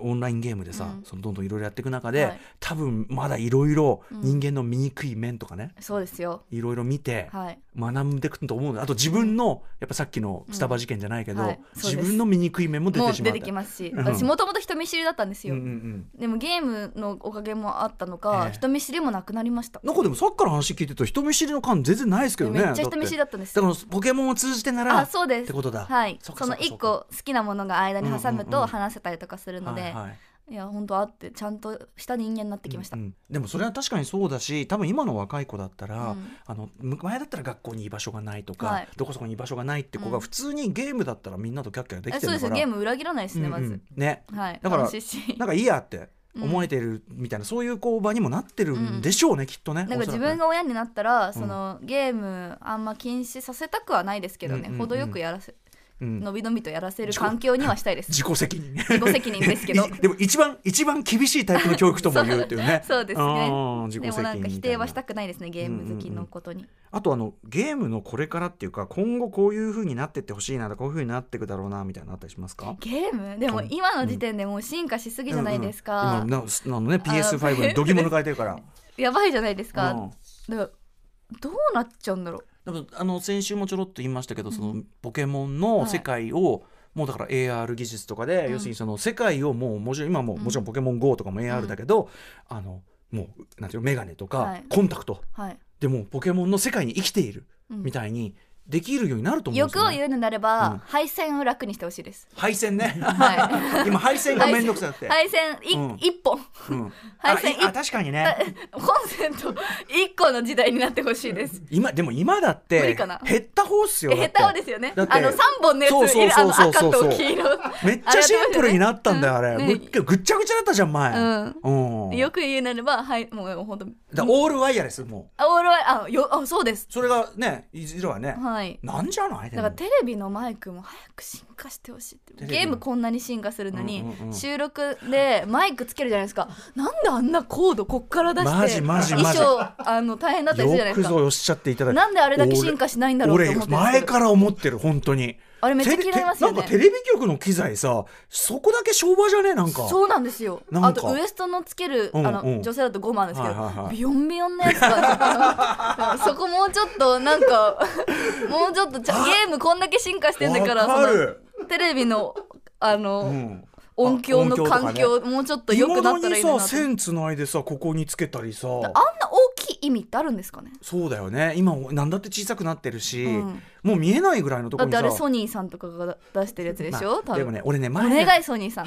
Speaker 1: オンラインゲームでさ、
Speaker 5: うん
Speaker 1: そのどんどんいろいろやっていく中で、
Speaker 5: はい
Speaker 1: 多分まだいろいろ
Speaker 5: う
Speaker 1: 人
Speaker 5: ん
Speaker 1: 間の醜い面とかね、
Speaker 5: そうです
Speaker 1: <laughs>
Speaker 5: よ。
Speaker 1: いろいろ見て
Speaker 5: はい。
Speaker 1: 学んでいくと思うんだあと自分のやっぱさっきのスタバ事件じゃないけど、
Speaker 5: うんはいそう
Speaker 1: 自
Speaker 5: です
Speaker 1: 分の醜い面も出
Speaker 5: も
Speaker 1: て
Speaker 5: う
Speaker 1: しま
Speaker 5: 出
Speaker 1: う
Speaker 5: てき
Speaker 1: ま
Speaker 5: ますし、
Speaker 1: うん
Speaker 5: 私もともと人見知りだったんです
Speaker 1: うん
Speaker 5: よ。
Speaker 1: うんうん
Speaker 5: でもゲームのおかげもあったのか、
Speaker 1: ええ
Speaker 5: 人見知りもなくなりました。
Speaker 1: なんかでもさっきから話聞いてると人見知りの感全然ないですけどね
Speaker 5: めっちゃ人見知りだったんです
Speaker 1: だ
Speaker 5: よ。
Speaker 1: からポケモンを通じてなら
Speaker 5: あ、そうで
Speaker 1: っ
Speaker 5: す
Speaker 1: て。ことだ。
Speaker 5: はい。
Speaker 1: っ
Speaker 5: そ
Speaker 1: かっ
Speaker 5: の
Speaker 1: かっ
Speaker 5: 一
Speaker 1: か
Speaker 5: 個好きなものが間に挟む
Speaker 1: うんうんうん
Speaker 5: と話せたりとかするので、
Speaker 1: はいはい
Speaker 5: いや本当あってちゃんとした人間になってきました。
Speaker 1: うんうんでもそれは確かにそうだし多分今の若い子だったら、
Speaker 5: うん
Speaker 1: あのむ前だったら学校に居場所がないとか、
Speaker 5: はい
Speaker 1: どこそこに居場所がないって子
Speaker 5: う
Speaker 1: が
Speaker 5: ん
Speaker 1: 普通にゲームだったらみんなとキャッキャでき
Speaker 5: え
Speaker 1: て
Speaker 5: そう
Speaker 1: る
Speaker 5: です
Speaker 1: か
Speaker 5: よ
Speaker 1: ら
Speaker 5: ゲーム裏切らないですね、ま
Speaker 1: うんう
Speaker 5: ず
Speaker 1: ん。ね
Speaker 5: はい。
Speaker 1: だから
Speaker 5: 楽しいし。
Speaker 1: なんかいいやって
Speaker 5: うん
Speaker 1: 思えてるみたいな、そういうこう場にもなってるんでしょうね、きっとね。
Speaker 5: なんか自分が親になったら、そのゲームあんま禁止させたくはないですけどね、
Speaker 1: うんうんうん
Speaker 5: 程よくやらせ
Speaker 1: おそらくね、うん
Speaker 5: のびのびとやらせる環境にはしたいです
Speaker 1: 自己責任
Speaker 5: 自己責任ですけど
Speaker 1: い <laughs> でも一番一番厳しいタイプの教育とも言うっていうね
Speaker 5: <laughs> そうですね
Speaker 1: うん自己責任み
Speaker 5: でも
Speaker 1: たい
Speaker 5: なんか否定はしたくないですねゲーム好きのことに、
Speaker 1: あとあのゲームのこれからっていうか今後こういう風になってってほしいなとかこういう風になっていくだろうなみたいなのあったりしますか
Speaker 5: ゲームでも今の時点でもう進化しすぎじゃないですか、
Speaker 1: うん
Speaker 5: <laughs>
Speaker 1: うん今なあのね PS5 に度肝抜かれてるから
Speaker 5: やばいじゃないですか、
Speaker 1: うん
Speaker 5: だからどうなっちゃうんだろう
Speaker 1: だからあの先週もちょろっと言いましたけど、そのポケモンの世界を、もうだから AR 技術とかで、
Speaker 5: うん
Speaker 1: 要するにその世界をもうもちろん今もうもちろんポケモン GO とかも AR だけど、あのもうなんていうのメガネとか、
Speaker 5: はい
Speaker 1: コンタクト
Speaker 5: はい、
Speaker 1: でもうポケモンの世界に生きている
Speaker 5: うん
Speaker 1: みたいにできるようになると思うんです
Speaker 5: 欲
Speaker 1: よ、
Speaker 5: を
Speaker 1: ね
Speaker 5: 言うのなれば、
Speaker 1: うん
Speaker 5: 配線を楽にしてほしいです
Speaker 1: 配線ね
Speaker 5: は
Speaker 1: <laughs> 今配線が面倒くさく
Speaker 5: い
Speaker 1: て、
Speaker 5: 配線い
Speaker 1: うん
Speaker 5: 一、本 <laughs>
Speaker 1: うん
Speaker 5: 配
Speaker 1: あい
Speaker 5: 線
Speaker 1: あ確かにね
Speaker 5: <laughs> コンセント一個の時代になってほしいです
Speaker 1: 今でも今だっ
Speaker 5: 無
Speaker 1: て
Speaker 5: 理かな
Speaker 1: 減った方っすよだって
Speaker 5: 下手をですよね
Speaker 1: だって
Speaker 5: あの三本のやつ
Speaker 1: そうそうそうそうそう
Speaker 5: あの赤と黄色
Speaker 1: めっちゃシンプルになったんだよあれ、
Speaker 5: うんね
Speaker 1: むっけぐっちゃぐちゃだったじゃん前、うん
Speaker 5: よく言うなればはいもう本当
Speaker 1: だからオールワイヤレスも
Speaker 5: あ俺はあよあそうです
Speaker 1: うそれがねいじるわね、
Speaker 5: はい
Speaker 1: なんじゃないで
Speaker 5: だ
Speaker 1: も
Speaker 5: からテレビのマイクも早く進化してほしいって
Speaker 1: レビ
Speaker 5: ゲームこんなに進化するのに、
Speaker 1: うんうんうん
Speaker 5: 収録でマイクつけるじゃないですかなんであんなコードこっから出して
Speaker 1: マジマジマジ
Speaker 5: 衣装あの大変だったりするじゃな
Speaker 1: よ
Speaker 5: いで
Speaker 1: く
Speaker 5: す
Speaker 1: ぞ
Speaker 5: か
Speaker 1: おっしゃっていただいて
Speaker 5: なんであれだけ進化しないんだろうって
Speaker 1: 俺
Speaker 5: 思って
Speaker 1: 前
Speaker 5: ら
Speaker 1: から思ってる本当に
Speaker 5: あれめっちゃ嫌いますよ
Speaker 1: テレテな
Speaker 5: ね
Speaker 1: んかテレビ局の機材さそこだけ昭和じゃねえなんか
Speaker 5: そうなんですよ
Speaker 1: なんか
Speaker 5: あとウエストのつける、あの
Speaker 1: うんうん
Speaker 5: 女性だと5万ですけど、
Speaker 1: はいはいはい
Speaker 5: ビヨンビヨンのやつがそこもうちょっとなんか <laughs> もうちょっとちゃゲームこんだけ進化してんだから
Speaker 1: わかる
Speaker 5: そのテレビのあの、
Speaker 1: うん
Speaker 5: 音響の
Speaker 1: あ音響とかね
Speaker 5: 環境、もうちょっと良くなったらいいの
Speaker 1: 未だ
Speaker 5: に
Speaker 1: に
Speaker 5: な
Speaker 1: さ
Speaker 5: と
Speaker 1: 線つないでさここにつけたりさ
Speaker 5: あんな大きい意味ってあるんですかね
Speaker 1: そうだよね今何だって小さくなってるし、
Speaker 5: うん
Speaker 1: もう見えないぐらいのとこ
Speaker 5: だっ
Speaker 1: ろに
Speaker 5: て
Speaker 1: さ
Speaker 5: あれソニーさんとかが出してるやつでしょ、
Speaker 1: まあ
Speaker 5: 多
Speaker 1: でも
Speaker 5: 分、
Speaker 1: ね俺ね
Speaker 5: お
Speaker 1: 前ね
Speaker 5: 願いソニーさん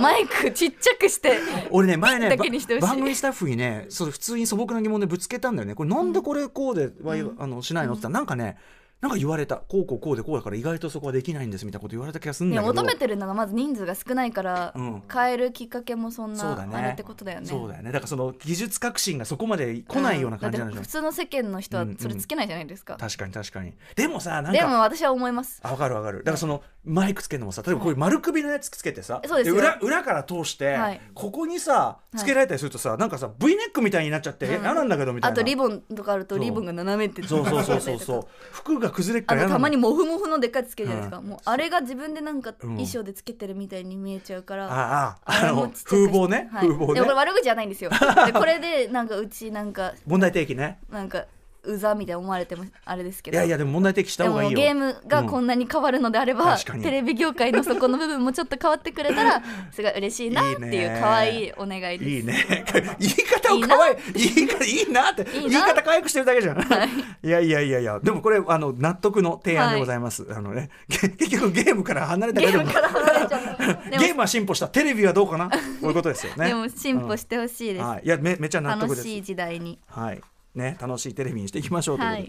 Speaker 5: マイクちっちゃくして
Speaker 1: 俺ね前ね
Speaker 5: だけにしてほしい
Speaker 1: ば番組スタッフにねそれ普通に素朴な疑問でぶつけたんだよねこれなんでこれこうで、わいあのしないのって言ったらなんかねなんか言われたこうこうこうでこうだから意外とそこはできないんですみたいなこと言われた気がするん
Speaker 5: ね
Speaker 1: だけど
Speaker 5: 求めてるのがまず人数が少ないから、
Speaker 1: うん
Speaker 5: 変えるきっかけもそん
Speaker 1: そう
Speaker 5: な
Speaker 1: だね
Speaker 5: あれってことだよね
Speaker 1: そうだよねだからその技術革新がそこまで来ないような感じなん
Speaker 5: だ
Speaker 1: でし
Speaker 5: っ
Speaker 1: ょ
Speaker 5: て普通の世間の人はそれつけないじゃないですか、
Speaker 1: 確かに確かにでもさなん
Speaker 5: でも
Speaker 1: か
Speaker 5: 私は思います
Speaker 1: あ分かる分かるだからそのマイクつけるのもさ例えばこういう丸首のやつつけてさ、
Speaker 5: そうですよ
Speaker 1: 裏裏から通して、
Speaker 5: はい
Speaker 1: ここにさつけられたりするとさ、なんかさ V ネックみたいになっちゃって、え嫌なんだけどみたい
Speaker 5: あ
Speaker 1: な
Speaker 5: とリボンとかあると
Speaker 1: そう
Speaker 5: リボンが斜めって
Speaker 1: そうそうそうそうそう服が崩れっか
Speaker 5: あ
Speaker 1: ら嫌
Speaker 5: の
Speaker 1: な
Speaker 5: た
Speaker 1: ん
Speaker 5: ま
Speaker 1: だ
Speaker 5: にモフモフのでっかいつけるじゃないですか、
Speaker 1: う
Speaker 5: もうあれが自分でなんか
Speaker 1: うん
Speaker 5: 衣装でつけてるみたいに見えちゃうから、
Speaker 1: ああ
Speaker 5: あ
Speaker 1: あ
Speaker 5: れも
Speaker 1: の
Speaker 5: ちっちゃく
Speaker 1: <laughs> 風貌ね、
Speaker 5: は
Speaker 1: 風
Speaker 5: い、
Speaker 1: 貌
Speaker 5: でもこれ
Speaker 1: ね
Speaker 5: 悪口じゃない
Speaker 1: <laughs>
Speaker 5: んですよでこれでなんかうちなんか
Speaker 1: 問題提起ね
Speaker 5: なんかうざみたいに思われてもあれですけ
Speaker 1: い
Speaker 5: ど
Speaker 1: やいやでも問題提起した
Speaker 5: で
Speaker 1: 方がい
Speaker 5: も
Speaker 1: いよ
Speaker 5: ゲームがこんなに変わるのであれ
Speaker 1: うん
Speaker 5: ば、
Speaker 1: 確かに
Speaker 5: テレビ業界のそこの部分もちょっと変わってくれ
Speaker 1: <laughs>
Speaker 5: たらすごい嬉しいなって
Speaker 1: いい
Speaker 5: い
Speaker 1: ね
Speaker 5: う可愛いお願いです
Speaker 1: いいね <laughs> 言い方をかわいい言い方いいなって
Speaker 5: いいな
Speaker 1: 言い方かわいくしてるだけじゃん、い、やいやいやいやでもこれあの納得の提案でございます、あのね <laughs> け結局ゲームから離れた
Speaker 5: ゲ
Speaker 1: けど
Speaker 5: ー
Speaker 1: も
Speaker 5: ムから離れち
Speaker 1: <laughs>
Speaker 5: ゃうでも
Speaker 1: ゲームは進歩したテレビはどうか
Speaker 5: <laughs>
Speaker 1: なこういうことですよね
Speaker 5: でも進歩してほしいです、
Speaker 1: はい、いやめめっちゃ納得
Speaker 5: 楽
Speaker 1: です
Speaker 5: しい時代に
Speaker 1: はいね、楽しいテレビにしていきましょうということで。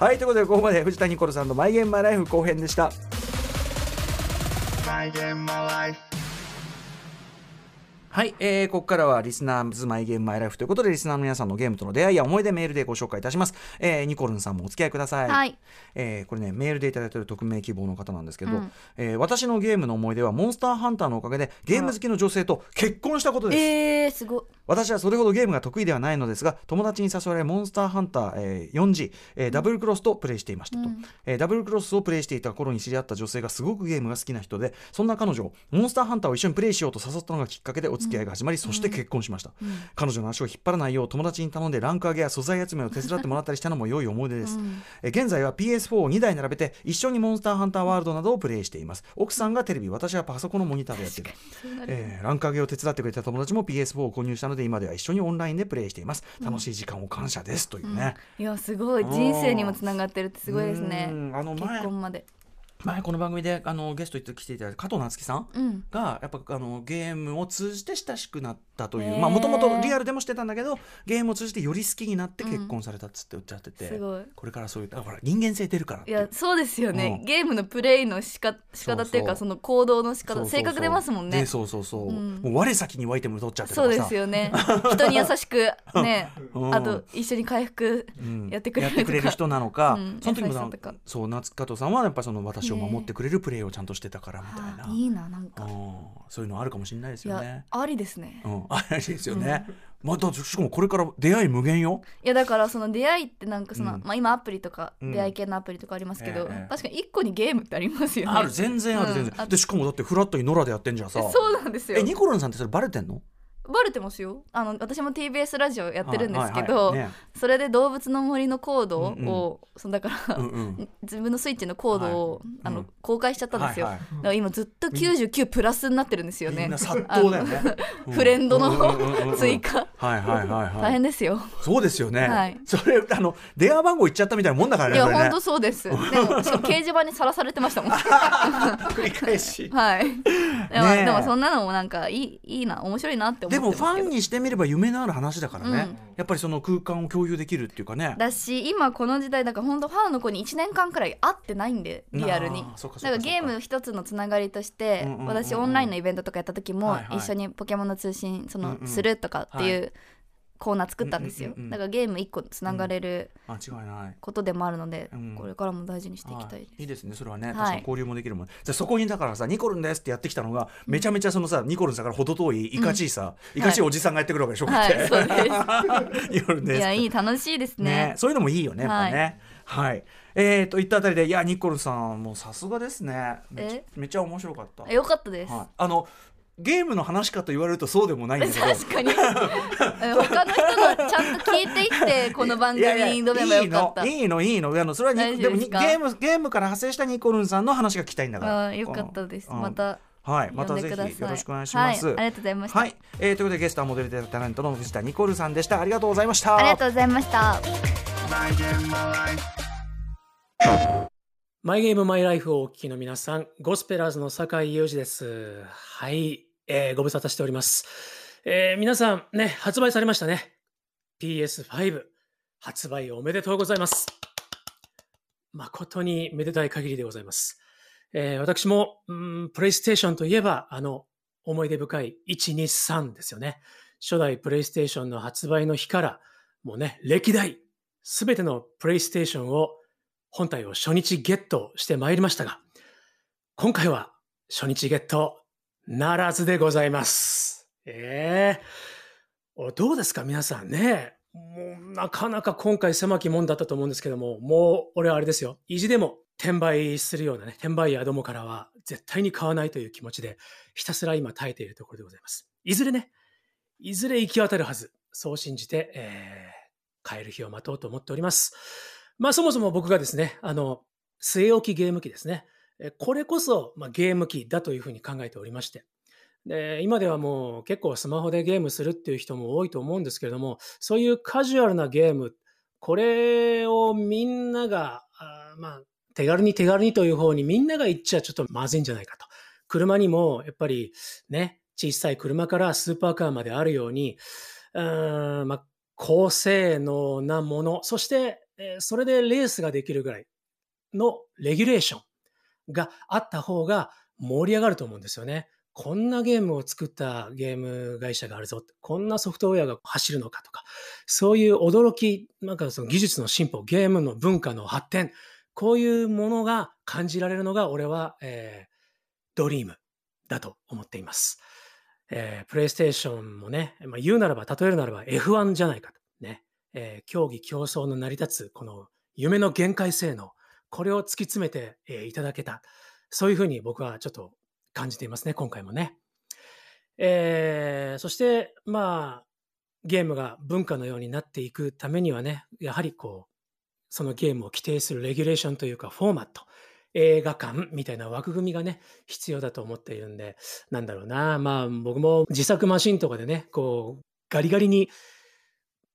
Speaker 5: は
Speaker 1: はい、ということでここまで藤田ニコルさんの「マイ・ゲーム・マイ・ライフ」後編でした。
Speaker 3: My game, my life.
Speaker 1: はい、えー、ここからはリスナーズマイゲームマイライフということでリスナーの皆さんのゲームとの出会いや思い出メールでご紹介いたします、えー、ニコルンさんもお付き合いください、
Speaker 5: はい
Speaker 1: えーこれねメールでいただいている匿名希望の方なんですけど、
Speaker 5: うん
Speaker 1: えー私のゲームの思い出はモンスターハンターのおかげでゲーム好きの女性と結婚したことです、
Speaker 5: えー、すごい
Speaker 1: 私はそれほどゲームが得意ではないのですが友達に誘われモンスターハンター、えー 4G、えーダブルクロスとプレイしていましたと、えーダブルクロスをプレイしていた頃に知り合った女性がすごくゲームが好きな人でそんな彼女をモンスターハンターを一緒にプレイしようと誘ったのがきっかけでお付き合いが始まり、そして結婚しました、彼女の足を引っ張らないよう友達に頼んでランク上げや素材集めを手伝ってもらったりしたのも良い思い出です、えー現在は PS4 を2台並べて一緒にモンスターハンターワールドなどをプレイしています奥さんがテレビ私はパソコンのモニターでやっているえーランク上げを手伝ってくれた友達も PS4 を購入したので今では一緒にオンラインでプレイしています楽しい時間を感謝ですというね、
Speaker 5: いやすごい人生にもつながってるってすごいですね
Speaker 1: うんあの前
Speaker 5: 結婚まで
Speaker 1: 前この番組であのゲストに来ていただいた加藤夏樹さん
Speaker 5: うん
Speaker 1: がやっぱあのゲームを通じて親しくなったという
Speaker 5: へー
Speaker 1: まあもともとリアルでもしてたんだけどゲームを通じてより好きになって結婚されたっつって言っちゃってて、
Speaker 5: すごい
Speaker 1: これからそういうあほら人間性出るからって
Speaker 5: い
Speaker 1: いう
Speaker 5: やそうですよね、
Speaker 1: うん
Speaker 5: ゲームのプレイのしか仕方っていうか
Speaker 1: そ
Speaker 5: そうの行動の仕方
Speaker 1: そうそうそう
Speaker 5: 性格出ますもんね
Speaker 1: でそうそうそう、
Speaker 5: うん
Speaker 1: もう我先に湧いて戻っちゃって
Speaker 5: そうです
Speaker 1: <laughs>
Speaker 5: よね人に優しくね、
Speaker 1: うん
Speaker 5: あと一緒に回復
Speaker 1: うん
Speaker 5: やってくれる,、
Speaker 1: 人なのか、
Speaker 5: うん
Speaker 1: その時も
Speaker 5: 優し
Speaker 1: な
Speaker 5: さとか
Speaker 1: そう夏加藤さんはやっぱその私を守っ
Speaker 5: ね
Speaker 1: てくれるプレーをちゃんとしてたからみたいな、
Speaker 5: あいいななんか
Speaker 1: うんそういうのあるかもしれないです
Speaker 5: い
Speaker 1: よ
Speaker 5: や、
Speaker 1: ね。
Speaker 5: ありですね
Speaker 1: うん、あれですよね。またしかもこれから出会い無限よ。
Speaker 5: いやだからその出会いってなんかその、
Speaker 1: うん
Speaker 5: まあ、今アプリとか
Speaker 1: うん
Speaker 5: 出会い系のアプリとかありますけど、
Speaker 1: ええ
Speaker 5: 確かに一個にゲームってありますよね
Speaker 1: ある全然ある全
Speaker 5: うんあ
Speaker 1: 然。でしかもだってフラットにノラでやってんじゃんさ。
Speaker 5: <laughs> そうなんですよ
Speaker 1: えニコルンさんってそれバレてんの？
Speaker 5: バレてますよあの私も TBS ラジオやってるんですけど、
Speaker 1: はいはいはいね
Speaker 5: それで動物の森のコード
Speaker 1: う
Speaker 5: を、
Speaker 1: んうん
Speaker 5: そのだから、
Speaker 1: うんうん
Speaker 5: 自分のスイッチのコードを、
Speaker 1: い
Speaker 5: あの
Speaker 1: うん
Speaker 5: 公開しちゃったんですよ、
Speaker 1: はいはい
Speaker 5: だから今ずっと99プラスになってるんですよ
Speaker 1: み
Speaker 5: ね
Speaker 1: んな殺到だよね。うん
Speaker 5: フレンドの
Speaker 1: うんうんうんうん
Speaker 5: 追加
Speaker 1: はいはいはいは
Speaker 5: 大
Speaker 1: い。
Speaker 5: 変ですよ、
Speaker 1: そうですよね。
Speaker 5: はい
Speaker 1: それあの電話番号言っちゃったみたいなもんだから
Speaker 5: い
Speaker 1: ね。
Speaker 5: や
Speaker 1: これね
Speaker 5: 本当そうですでもしかも掲示板にさらされてましたもんはい
Speaker 1: 繰り返し。 <laughs>
Speaker 5: でも,、
Speaker 1: ねえ
Speaker 5: でもそんなのもなんかいいいいな面白いなって思
Speaker 1: で
Speaker 5: って
Speaker 1: も
Speaker 5: ます
Speaker 1: フ
Speaker 5: けど
Speaker 1: ァンにしてみれば夢のある話だからね、やっぱりその空間を共有できるっていうかね
Speaker 5: だし今この時代だから本当ファンの子に1年間くらい会ってないんでリアルに
Speaker 1: あーそうかそうかそう
Speaker 5: だか
Speaker 1: から
Speaker 5: ゲーム一つのつながりとして、
Speaker 1: うんうんうんうん
Speaker 5: 私オンラインのイベントとかやった時も、
Speaker 1: はいはい
Speaker 5: 一緒に「ポケモンの通信その、
Speaker 1: うんうん
Speaker 5: する」とかっていう、コーナー作ったんです
Speaker 1: う
Speaker 5: よ、
Speaker 1: んうんうんうん
Speaker 5: だからゲーム一個つながれる
Speaker 1: 間違いない。
Speaker 5: ことでもあるので、
Speaker 1: うん
Speaker 5: これからも大事にしていきたいです、
Speaker 1: い、いですねそれはね
Speaker 5: い
Speaker 1: 確かに交流もできるもん、じゃあそこにだからさ「ニコルンです」ってやってきたのがめちゃめちゃそのさニコルンさんから程遠いいかちいさ、いかちいおじさんがやってくるわけでしょ、こうや
Speaker 5: はいそうで
Speaker 1: っ
Speaker 5: す
Speaker 1: て <laughs> ニコルンです
Speaker 5: い
Speaker 1: って
Speaker 5: やいい楽しいです
Speaker 1: ね
Speaker 5: ね
Speaker 1: そういうのもいいよね、やっぱね。はい、えー、といったあたりで、いや、ニコルさん、もうさすがですね。めっちゃ
Speaker 5: え
Speaker 1: めっちゃ面白かった。
Speaker 5: よかったです、
Speaker 1: はい、あのゲームの話かと言われるとそうでもないんだけど。
Speaker 5: 確かにえ他の人のちゃんと聞いていってこの番組に挑めばよかった
Speaker 1: いやいやいいのいいのいいのあのそれは
Speaker 5: 大
Speaker 1: にで
Speaker 5: 丈夫
Speaker 1: もに
Speaker 5: です
Speaker 1: ゲ
Speaker 5: か
Speaker 1: ームゲームから派生したニコルンさんの話が聞きたいんだから。
Speaker 5: あーよかったです、
Speaker 1: うん
Speaker 5: また
Speaker 1: はいまた
Speaker 5: 呼んで
Speaker 1: ぜ
Speaker 5: ください
Speaker 1: ひよろしくお願いします。
Speaker 5: はい、ありがとうございました、
Speaker 1: はいえーということでゲストはモデルでタレントの藤田ニコルさんでした。ありがとうございました。
Speaker 5: ありがとうございました。
Speaker 3: My game, my life.
Speaker 6: マイゲームマイライフをお聞きの皆さん、ゴスペラーズの酒井裕二です。はい、えーご無沙汰しております。えー皆さんね、発売されましたね。PS5、発売おめでとうございます。誠にめでたい限りでございます。えー私も、うんプレイステーションといえば、あの、思い出深い123ですよね。初代プレイステーションの発売の日から、もうね、歴代、すべてのプレイステーションを本体を初日ゲットしてまいりましたが、今回は初日ゲットならずでございます。ええおどうですか皆さんね。もうなかなか今回狭き門だったと思うんですけども、もう俺はあれですよ。意地でも転売するようなね、転売ヤーどもからは絶対に買わないという気持ちで、ひたすら今耐えているところでございます。いずれね、いずれ行き渡るはず。そう信じて、えー買える日を待とうと思っております。まあそもそも僕がですね、あの、据え置きゲーム機ですね。えこれこそ、まあ、ゲーム機だというふうに考えておりまして。で今ではもう結構スマホでゲームするっていう人も多いと思うんですけれども、そういうカジュアルなゲーム、これをみんなが、あーまあ、手軽に手軽にという方にみんなが行っちゃちょっとまずいんじゃないかと。車にもやっぱりね、小さい車からスーパーカーまであるように、うーん、まあ、高性能なもの、そして、えーそれでレースができるぐらいのレギュレーションがあった方が盛り上がると思うんですよね。こんなゲームを作ったゲーム会社があるぞ。こんなソフトウェアが走るのかとか、そういう驚き、なんかその技術の進歩、ゲームの文化の発展、こういうものが感じられるのが俺は、えードリームだと思っています。えープレイステーションもね、まあ、言うならば、例えるならば F1 じゃないかと。ね。えー競技競争の成り立つ、この夢の限界性能。これを突き詰めて、えーいただけた。そういうふうに僕はちょっと感じていますね、今回もね。えーそして、まあ、ゲームが文化のようになっていくためにはね、やはりこう、そのゲームを規定するレギュレーションというかフォーマット、映画館みたいな枠組みがね、必要だと思っているんで、なんだろうな。まあ僕も自作マシンとかでね、こう、ガリガリに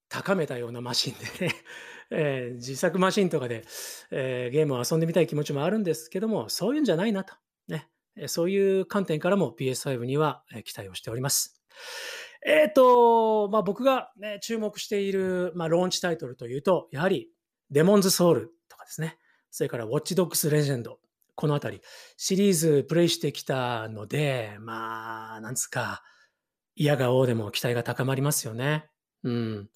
Speaker 6: 高めたようなマシンでね、 <laughs> えー自作マシンとかで、えーゲームを遊んでみたい気持ちもあるんですけども、そういうんじゃないなと。ね。えーそういう観点からも PS5 にはえー期待をしております。えっ、と、まあ僕が、ね、注目している、まあローンチタイトルというと、やはりデモンズソウルとかですね。それからウォッチドッグスレジェンド。このあたり。シリーズプレイしてきたので、まあ、なんつうか、嫌が王でも期待が高まりますよね。うん。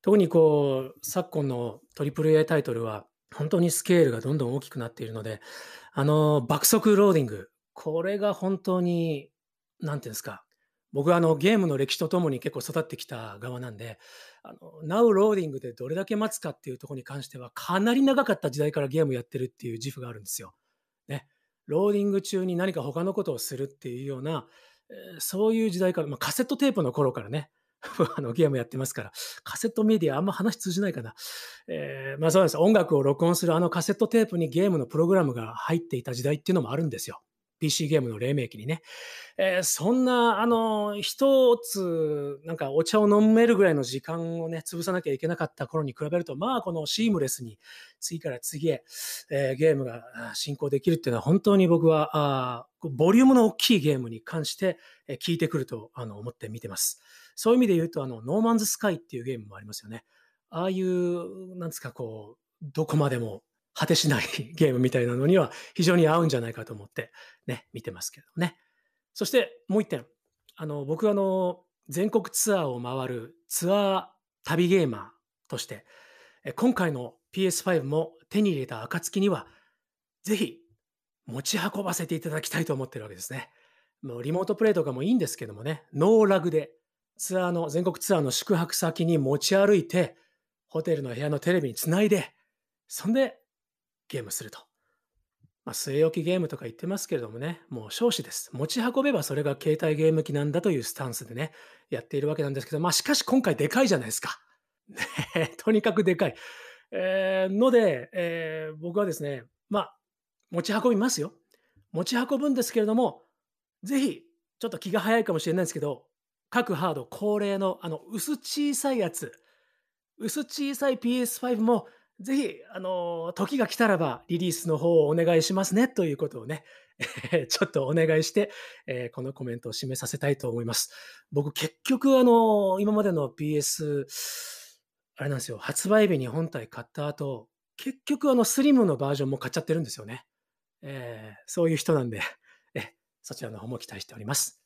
Speaker 6: 特にこう、昨今の AAA タイトルは、本当にスケールがどんどん大きくなっているので、あの、爆速ローディング。これが本当に、なんていうんですか。僕はあの、ゲームの歴史とともに結構育ってきた側なんで、あの、ナウローディングでどれだけ待つかっていうところに関しては、かなり長かった時代からゲームやってるっていう自負があるんですよ。ローディング中に何か他のことをするっていうような、えーそういう時代から、まあ、カセットテープの頃からね、 <laughs> あのゲームやってますから、カセットメディアあんま話通じないかな。えーまあそうなんです。音楽を録音するあのカセットテープにゲームのプログラムが入っていた時代っていうのもあるんですよ。PC ゲームの黎明期にね。えーそんな、あの、一つ、なんかお茶を飲めるぐらいの時間をね、潰さなきゃいけなかった頃に比べると、まあこのシームレスに次から次へ、えーゲームがあー進行できるっていうのは本当に僕は、あーこうボリュームの大きいゲームに関して、えー聞いてくるとあの思って見てます。そういう意味で言うと、あの、ノーマンズスカイっていうゲームもありますよね。ああいう、なんですか、こう、どこまでも果てしない <laughs> ゲームみたいなのには非常に合うんじゃないかと思ってね、見てますけどね。そしてもう一点。あの、僕はあの、全国ツアーを回るツアー旅ゲーマーとして、え今回の PS5 も手に入れた暁には、ぜひ持ち運ばせていただきたいと思ってるわけですね。もうリモートプレイとかもいいんですけどもね、ノーラグでツアーの、全国ツアーの宿泊先に持ち歩いて、ホテルの部屋のテレビにつないで、そんでゲームすると。まあ、据え置きゲームとか言ってますけれどもね、もう少子です。持ち運べばそれが携帯ゲーム機なんだというスタンスでね、やっているわけなんですけど、まあしかし今回でかいじゃないですか。ねえ <laughs> とにかくでかい。えーので、えー僕はですね、まあ、持ち運びますよ。持ち運ぶんですけれども、ぜひ、ちょっと気が早いかもしれないですけど、各ハード恒例の、あの、薄小さいやつ、薄小さい PS5 も、ぜひ、あの、時が来たらば、リリースの方をお願いしますね、ということをね、 <laughs> えーちょっとお願いして、えーこのコメントを締めさせたいと思います。僕、結局、あの、今までの PS、あれなんですよ、発売日に本体買った後、結局、あの、スリムのバージョンも買っちゃってるんですよね。えーそういう人なんで、 <laughs> え、そちらの方も期待しております。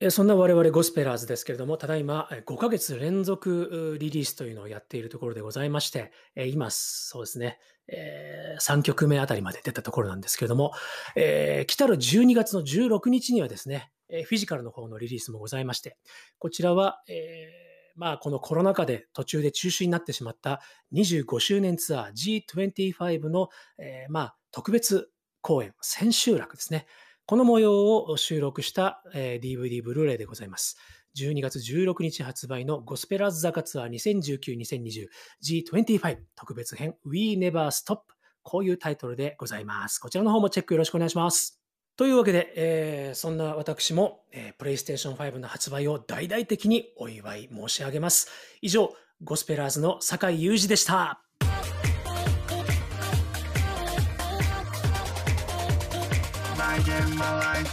Speaker 6: えーそんな我々ゴスペラーズですけれども、ただいまえー5ヶ月連続うーリリースというのをやっているところでございまして、えー今、そうですね、え3曲目あたりまで出たところなんですけれども、えー来たる12月の16日にはですね、えーフィジカルの方のリリースもございまして、こちらは、えーまあ、このコロナ禍で途中で中止になってしまった25周年ツアー G25 の、えーまあ、特別公演、千秋楽ですね。この模様を収録した、えー DVD ブルーレイでございます。12月16日発売のゴスペラーズザカツアー 2019-2020G25 特別編 We Never Stop こういうタイトルでございます。こちらの方もチェックよろしくお願いします。というわけで、えーそんな私も、えー、プレイステーション5の発売を大々的にお祝い申し上げます。以上、ゴスペラーズの酒井裕二でした。
Speaker 3: my game, my life.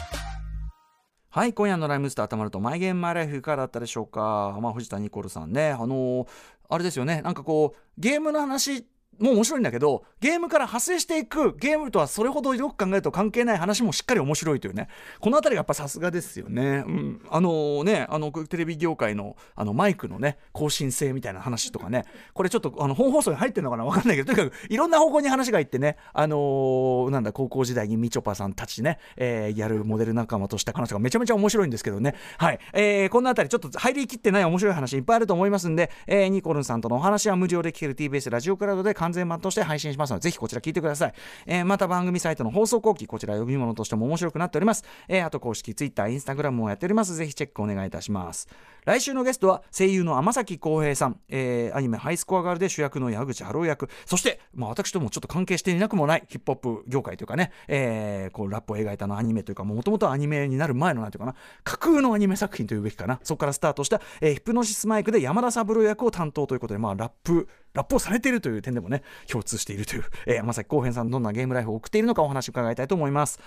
Speaker 1: はい、今夜のライムスターたまると、マイゲームマイライフいかがだったでしょうか。まあ、藤田ニコルさんね、あのーあれですよね、なんかこう、ゲームの話、も面白いんだけど、ゲームから派生していく、ゲームとはそれほどよく考えると関係ない話もしっかり面白いというね、このあたりがやっぱさすがですよね。うん。あのーね、あの、テレビ業界の、あの、マイクのね、更新性みたいな話とかね、これちょっと、あの、本放送に入ってるのかなわかんないけど、とにかく、いろんな方向に話がいってね、あのーなんだ、高校時代にみちょぱさんたちね、えーやるモデル仲間とした彼女がめちゃめちゃ面白いんですけどね。はい。えーこんなあたり、ちょっと入りきってない面白い話いっぱいあると思いますんで、えーニコルンさんとのお話は無料で聞ける TBS ラジオクラウドで完全版として配信しますので、ぜひこちら聞いてください。えーまた番組サイトの放送後期、こちら読み物としても面白くなっております。えーあと公式 Twitter、Instagram もやっております。ぜひチェックお願いいたします。来週のゲストは声優の天崎浩平さん、えーアニメハイスコアガールで主役の矢口春夫役、そして、まあ、私ともちょっと関係していなくもないヒップホップ業界というかね、えーこうラップを描いたのアニメというか、もともとアニメになる前のなんていうかな、架空のアニメ作品というべきかな、そこからスタートした、えーヒプノシスマイクで山田三郎役を担当ということで、まあ、ラップ、ラップをされているという点でもね、共通しているという、えー、天崎浩平さん、どんなゲームライフを送っているのかお話を伺いたいと思います。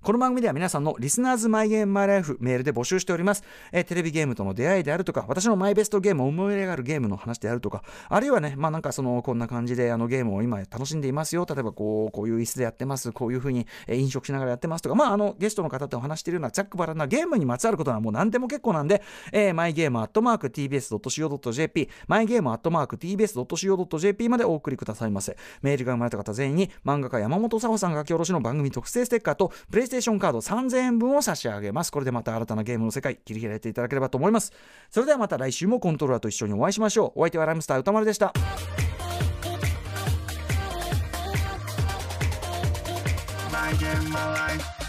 Speaker 1: この番組では皆さんのリスナーズマイゲームマイライフメールで募集しております、えーテレビゲームとの出会いであるとか、私のマイベストゲーム、思い入れがあるゲームの話であるとか、あるいはね、まあなんかその、こんな感じであのゲームを今楽しんでいますよ。例えばこう、こういう椅子でやってます。こういうふうに、えー飲食しながらやってますとか、まああのゲストの方とお話しているようなざっくばらんなゲームにまつわることはもう何でも結構なんで、えー、マイゲームアットマーク tbs.co.jp、マイゲームアットマーク tbs.co.jp までお送りくださいませ。メールが生まれた方全員に漫画家山本沙穂さんが書き下ろしの番組特製ステッカーとプレイステーションカード3000円分を差し上げますこれでまた新たなゲームの世界切り開いていただければと思いますそれではまた来週もコントローラーと一緒にお会いしましょうお相手はライムスター歌丸でした
Speaker 3: my game, my life.